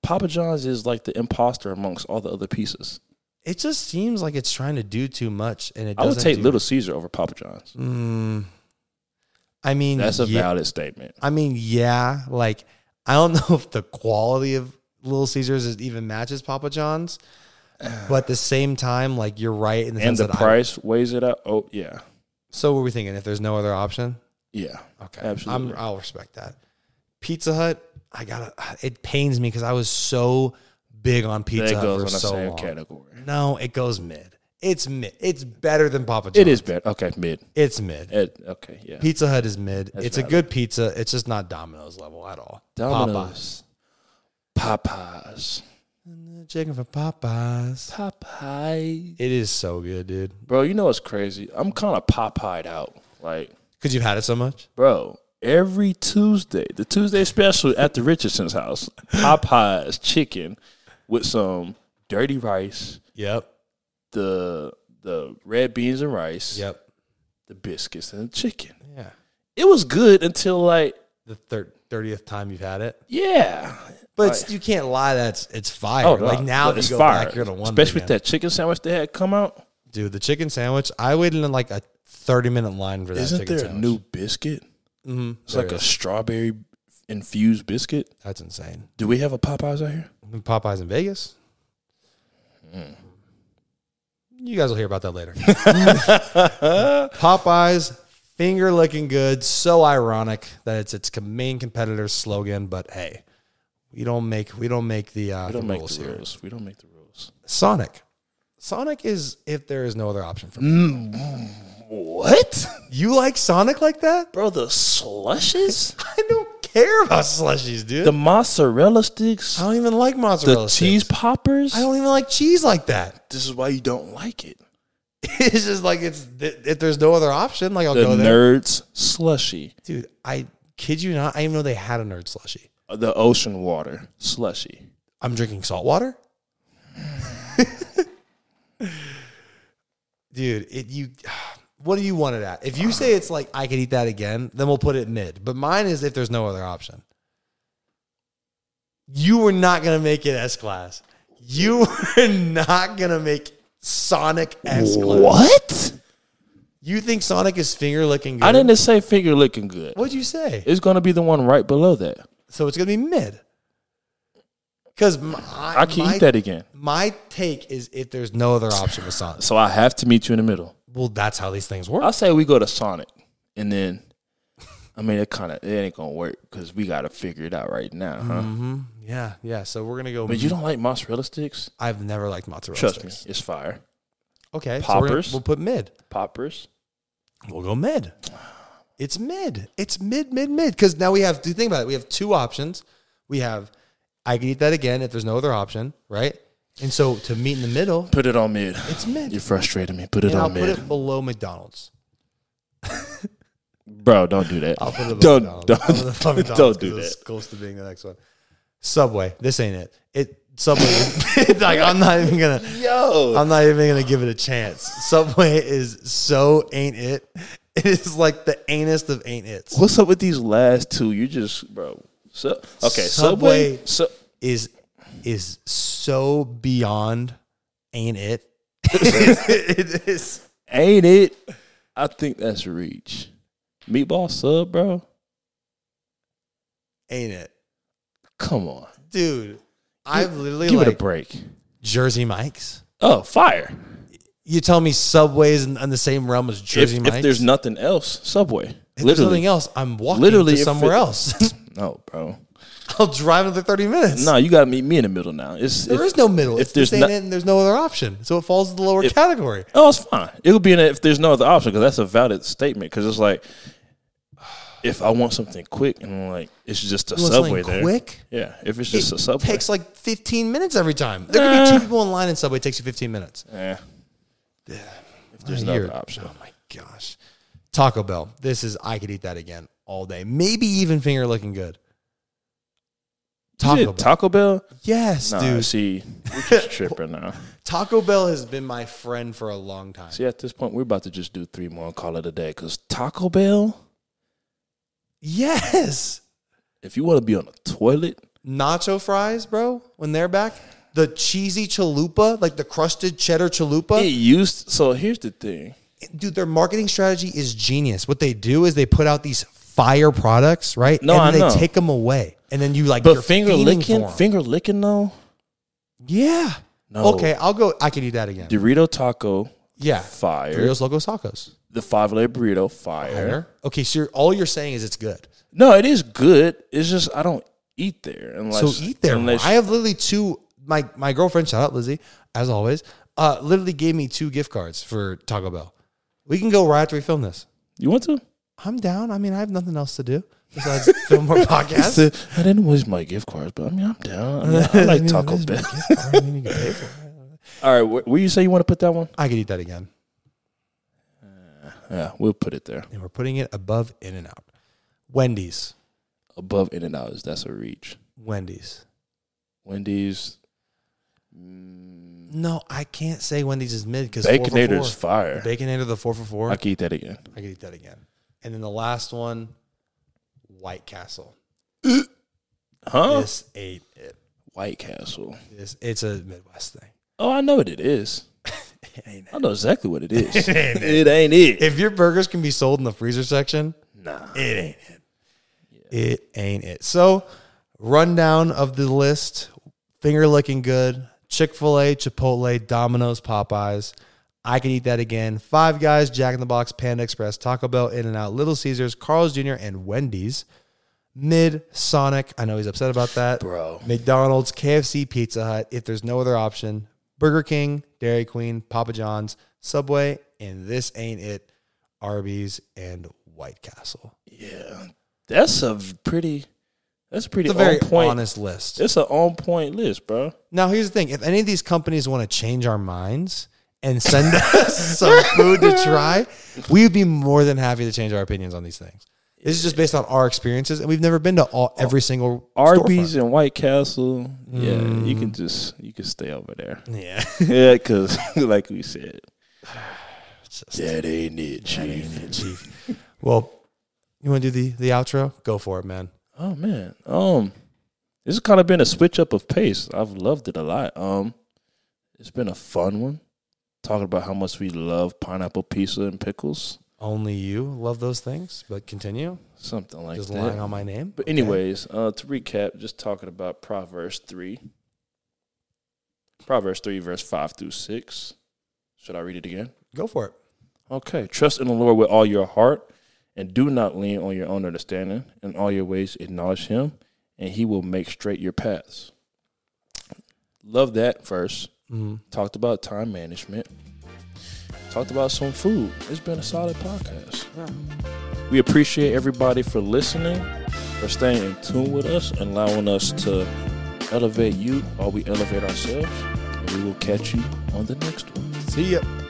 Speaker 1: Papa John's is like the imposter amongst all the other pieces.
Speaker 2: It just seems like it's trying to do too much, and it.
Speaker 1: I
Speaker 2: Doesn't
Speaker 1: would take
Speaker 2: do-
Speaker 1: Little Caesar over Papa John's.
Speaker 2: Mm, I mean,
Speaker 1: That's a
Speaker 2: Mm, yeah,
Speaker 1: valid statement.
Speaker 2: I mean, yeah. Like, I don't know if the quality of Little Caesars is even matches Papa John's, but at the same time, like you're right in the
Speaker 1: And
Speaker 2: sense
Speaker 1: the
Speaker 2: that I-
Speaker 1: price weighs it up. Oh yeah,
Speaker 2: so, what were we thinking? If there's no other option,
Speaker 1: yeah,
Speaker 2: okay,
Speaker 1: absolutely.
Speaker 2: I'm, I'll respect that. Pizza Hut, I gotta. It pains me because I was so big on
Speaker 1: That
Speaker 2: Pizza Hut
Speaker 1: goes
Speaker 2: for
Speaker 1: in the
Speaker 2: so
Speaker 1: same
Speaker 2: long.
Speaker 1: category.
Speaker 2: No, it goes mid. It's mid. It's better than Papa John's.
Speaker 1: It is bad. Okay, mid.
Speaker 2: It's mid.
Speaker 1: It, okay, yeah.
Speaker 2: Pizza Hut is mid. it's a
Speaker 1: valid.
Speaker 2: good pizza. It's just not Domino's level at all.
Speaker 1: Domino's. Popeyes.
Speaker 2: Popeyes. Chicken for Popeyes.
Speaker 1: Popeye.
Speaker 2: It is so good, dude.
Speaker 1: Bro, you know what's crazy? I'm kind of Popeyed out. Like,
Speaker 2: Because you've had it so much.
Speaker 1: bro, every Tuesday, the Tuesday special at the Richardson's house, Popeyes chicken with some dirty rice,
Speaker 2: Yep.
Speaker 1: the the red beans and rice,
Speaker 2: Yep.
Speaker 1: the biscuits and the chicken.
Speaker 2: Yeah.
Speaker 1: It was good until like,
Speaker 2: The thir- 30th time you've had it.
Speaker 1: yeah.
Speaker 2: But it's- you can't lie. That's it's fire.
Speaker 1: Oh,
Speaker 2: like
Speaker 1: no,
Speaker 2: now,
Speaker 1: but
Speaker 2: if you
Speaker 1: it's
Speaker 2: go
Speaker 1: fire.
Speaker 2: back, you're gonna wonder.
Speaker 1: Especially with
Speaker 2: again.
Speaker 1: that chicken sandwich they had come out.
Speaker 2: dude. The chicken sandwich. I waited in like a 30 minute line for that.
Speaker 1: Isn't
Speaker 2: chicken
Speaker 1: there a
Speaker 2: sandwich.
Speaker 1: new biscuit?
Speaker 2: Mhm.
Speaker 1: It's like a strawberry infused biscuit.
Speaker 2: That's insane.
Speaker 1: Do we have a Popeyes out here?
Speaker 2: Popeyes in Vegas.
Speaker 1: Hmm.
Speaker 2: You guys will hear about that later. Popeyes finger looking good. So ironic that it's its main competitor's slogan, but hey, we don't make we don't make the uh,
Speaker 1: We don't
Speaker 2: the
Speaker 1: make
Speaker 2: rules
Speaker 1: the
Speaker 2: here.
Speaker 1: rules. We don't make the rules.
Speaker 2: Sonic. Sonic is if there is no other option
Speaker 1: Mm.
Speaker 2: for
Speaker 1: What?
Speaker 2: you like Sonic like that?
Speaker 1: Bro, the slushes?
Speaker 2: I don't care about slushies, dude.
Speaker 1: the mozzarella sticks?
Speaker 2: I don't even like mozzarella
Speaker 1: The
Speaker 2: sticks.
Speaker 1: cheese poppers?
Speaker 2: I don't even like cheese like that.
Speaker 1: This is why you don't like it.
Speaker 2: It's just like it's if there's no other option, like I'll
Speaker 1: The
Speaker 2: go there,
Speaker 1: nerds slushy.
Speaker 2: dude. I kid you not. I didn't even know they had a nerd slushie.
Speaker 1: The ocean water slushy.
Speaker 2: I'm drinking salt water. Dude, it you what do you want it at? If you say it's like I could eat that again, then we'll put it mid. But mine is if there's no other option. You were not gonna make it S class. You were not gonna make Sonic S class.
Speaker 1: What?
Speaker 2: You think Sonic is finger looking good?
Speaker 1: I didn't say figure looking good.
Speaker 2: What'd you say?
Speaker 1: It's going to be the one right below that.
Speaker 2: so it's gonna be mid. Because
Speaker 1: I can
Speaker 2: my,
Speaker 1: eat that again.
Speaker 2: My take is if there's no other option with Sonic.
Speaker 1: So I have to meet you in the middle.
Speaker 2: Well, that's how these things work.
Speaker 1: I say we go to Sonic, and then, I mean, it kind of it ain't gonna work because we gotta figure it out right now, huh?
Speaker 2: Mm-hmm. Yeah, yeah. So we're gonna go.
Speaker 1: Uh-huh. But you don't like mozzarella sticks?
Speaker 2: I've never liked mozzarella
Speaker 1: Trust
Speaker 2: sticks.
Speaker 1: me, it's fire.
Speaker 2: Okay, so we're gonna-
Speaker 1: Poppers.
Speaker 2: we'll put mid.
Speaker 1: Poppers.
Speaker 2: We'll go mid. It's mid. It's mid, mid, mid. Because now we have to think about it. We have two options. We have I can eat that again if there's no other option, right? And so to meet in the middle,
Speaker 1: Put it on mid.
Speaker 2: it's mid.
Speaker 1: You're frustrating me. Put it
Speaker 2: and I'll
Speaker 1: on
Speaker 2: put
Speaker 1: mid,
Speaker 2: it below McDonald's.
Speaker 1: bro. Don't do that.
Speaker 2: I'll put it above
Speaker 1: Don't-
Speaker 2: McDonald's.
Speaker 1: don't-
Speaker 2: I'll put it above McDonald's
Speaker 1: don't do
Speaker 2: 'cause It's close to being the next one. Subway. This ain't it. It Subway. like I'm not even gonna.
Speaker 1: Yo,
Speaker 2: I'm not even gonna give it a chance. Subway is so ain't it. It is like the ain'test of ain't it's.
Speaker 1: what's up with these last two? You just, bro. So okay, Subway.
Speaker 2: Subway.
Speaker 1: Su-
Speaker 2: Is is so beyond ain't it. it is.
Speaker 1: ain't it? I think that's reach. Meatball sub, bro.
Speaker 2: Ain't it,
Speaker 1: Come on,
Speaker 2: dude? I've literally
Speaker 1: give
Speaker 2: like
Speaker 1: it a break.
Speaker 2: Jersey Mike's.
Speaker 1: Oh, fire!
Speaker 2: You tell me Subway's in, in the same realm as
Speaker 1: If,
Speaker 2: Jersey
Speaker 1: if
Speaker 2: Mike's.
Speaker 1: there's nothing else, Subway.
Speaker 2: If there's
Speaker 1: Literally,
Speaker 2: nothing else, I'm walking
Speaker 1: Literally,
Speaker 2: to
Speaker 1: if
Speaker 2: somewhere
Speaker 1: it-
Speaker 2: else.
Speaker 1: No, bro.
Speaker 2: I'll drive another 30 minutes.
Speaker 1: No, you got to meet me in the middle now. It's
Speaker 2: there
Speaker 1: if-
Speaker 2: is no middle.
Speaker 1: If
Speaker 2: If
Speaker 1: there's
Speaker 2: there's
Speaker 1: no,
Speaker 2: it and there's no other option, so it falls to the lower category.
Speaker 1: oh, it's fine. It'll be in a, if there's no other option because that's a valid statement. Because it's like, if I want something quick and I'm like it's just a
Speaker 2: want
Speaker 1: subway
Speaker 2: something
Speaker 1: there.
Speaker 2: quick?
Speaker 1: Yeah, if it's just a subway.
Speaker 2: takes like 15 minutes every time. There could be two people in line in Subway. It takes you 15 minutes.
Speaker 1: eh. If there's
Speaker 2: A
Speaker 1: no
Speaker 2: year.
Speaker 1: other option,
Speaker 2: Oh my gosh. Taco Bell. This is, I could eat that again all day. Maybe even finger looking good. Taco
Speaker 1: Shit,
Speaker 2: Bell.
Speaker 1: Taco Bell.
Speaker 2: yes,
Speaker 1: Nah,
Speaker 2: dude.
Speaker 1: see, we're just tripping now.
Speaker 2: Taco Bell has been my friend for a long time.
Speaker 1: See, at this point, we're about to just do three more and call it a day. Because Taco Bell,
Speaker 2: Yes.
Speaker 1: if you want to be on a toilet,
Speaker 2: Nacho fries, bro, when they're back. The cheesy chalupa, like the crusted cheddar chalupa.
Speaker 1: it used. So here's the thing.
Speaker 2: dude, their marketing strategy is genius. What they do is they put out these fire products, right?
Speaker 1: No,
Speaker 2: and
Speaker 1: I
Speaker 2: then
Speaker 1: know.
Speaker 2: they take them away, and then you like,
Speaker 1: But
Speaker 2: you're
Speaker 1: finger
Speaker 2: fiending
Speaker 1: licking,
Speaker 2: for 'em.
Speaker 1: finger licking though.
Speaker 2: yeah.
Speaker 1: No.
Speaker 2: Okay, I'll go. I can do that again.
Speaker 1: Dorito taco,
Speaker 2: yeah,
Speaker 1: fire.
Speaker 2: Doritos Locos Tacos.
Speaker 1: The five layer burrito, fire.
Speaker 2: Okay, so you're, all you're saying is it's good.
Speaker 1: No, it is good. It's just I don't eat there
Speaker 2: So
Speaker 1: unless
Speaker 2: eat there.
Speaker 1: Unless
Speaker 2: I have literally two. My my girlfriend, shout out Lizzie, as always, uh, literally gave me two gift cards for Taco Bell. We can go right after we film this.
Speaker 1: you want to.
Speaker 2: I'm down. I mean, I have nothing else to do besides film more podcasts.
Speaker 1: I didn't waste my gift cards, but I mean I'm down. I, mean, I like Taco Bell.
Speaker 2: I, mean, you can pay for it.
Speaker 1: All right, where, where you say you want to put that one?
Speaker 2: I could eat that again.
Speaker 1: Yeah, we'll put it there.
Speaker 2: And we're putting it above In and Out. Wendy's.
Speaker 1: Above In and Out is that's a reach.
Speaker 2: Wendy's.
Speaker 1: Wendy's
Speaker 2: No, I can't say Wendy's is mid because
Speaker 1: Baconator is
Speaker 2: Baconator's
Speaker 1: fire.
Speaker 2: Baconator the four for four.
Speaker 1: I can eat that again.
Speaker 2: I could eat that again. And then the last one, White Castle.
Speaker 1: Huh?
Speaker 2: This ate it.
Speaker 1: White Castle.
Speaker 2: This it's a Midwest thing.
Speaker 1: Oh, I know what it is. I know exactly what it is. it ain't it. Ain't it.
Speaker 2: If your burgers can be sold in the freezer section,
Speaker 1: nah.
Speaker 2: it ain't it. It ain't it. So, rundown of the list: finger licking good, Chick Fil A, Chipotle, Domino's, Popeyes. I could eat that again. Five Guys, Jack in the Box, Panda Express, Taco Bell, In and Out, Little Caesars, Carl's Jr., and Wendy's. Mid Sonic. I know he's upset about that.
Speaker 1: Bro.
Speaker 2: McDonald's, KFC, Pizza Hut, if there's no other option, Burger King, Dairy Queen, Papa John's, Subway, and this ain't it, Arby's and White Castle.
Speaker 1: Yeah. That's a v- pretty that's a pretty
Speaker 2: It's a very
Speaker 1: on point.
Speaker 2: honest list.
Speaker 1: It's an on point list, bro.
Speaker 2: Now, here's the thing if any of these companies want to change our minds and send us some food to try, we would be more than happy to change our opinions on these things. This is just based on our experiences, and we've never been to all every single
Speaker 1: Oh. Arby's and White Castle. Yeah, you can just you can stay over there.
Speaker 2: storefront. Yeah.
Speaker 1: Mm. yeah, because like we said, that ain't it, chief.
Speaker 2: Chief. Well, you want to do the, the outro? Go for it, man.
Speaker 1: Oh man, um, this has kind of been a switch up of pace. I've loved it a lot. Um, it's been a fun one. Talking about how much we love pineapple pizza and pickles,
Speaker 2: Only you love those things, but continue.
Speaker 1: something like
Speaker 2: Just
Speaker 1: that.
Speaker 2: lying on my name.
Speaker 1: But anyways, uh, to recap, just talking about Proverbs three. Proverbs three, verse five through six. Should I read it again?
Speaker 2: Go for it.
Speaker 1: Okay. Trust in the Lord with all your heart, and do not lean on your own understanding. In all your ways, acknowledge Him, and He will make straight your paths. Love that verse. Talked about time management. Talked about some food. It's been a solid podcast. We appreciate everybody for listening, for staying in tune with us, and allowing us to elevate you while we elevate ourselves. And we will catch you on the next one.
Speaker 2: See ya.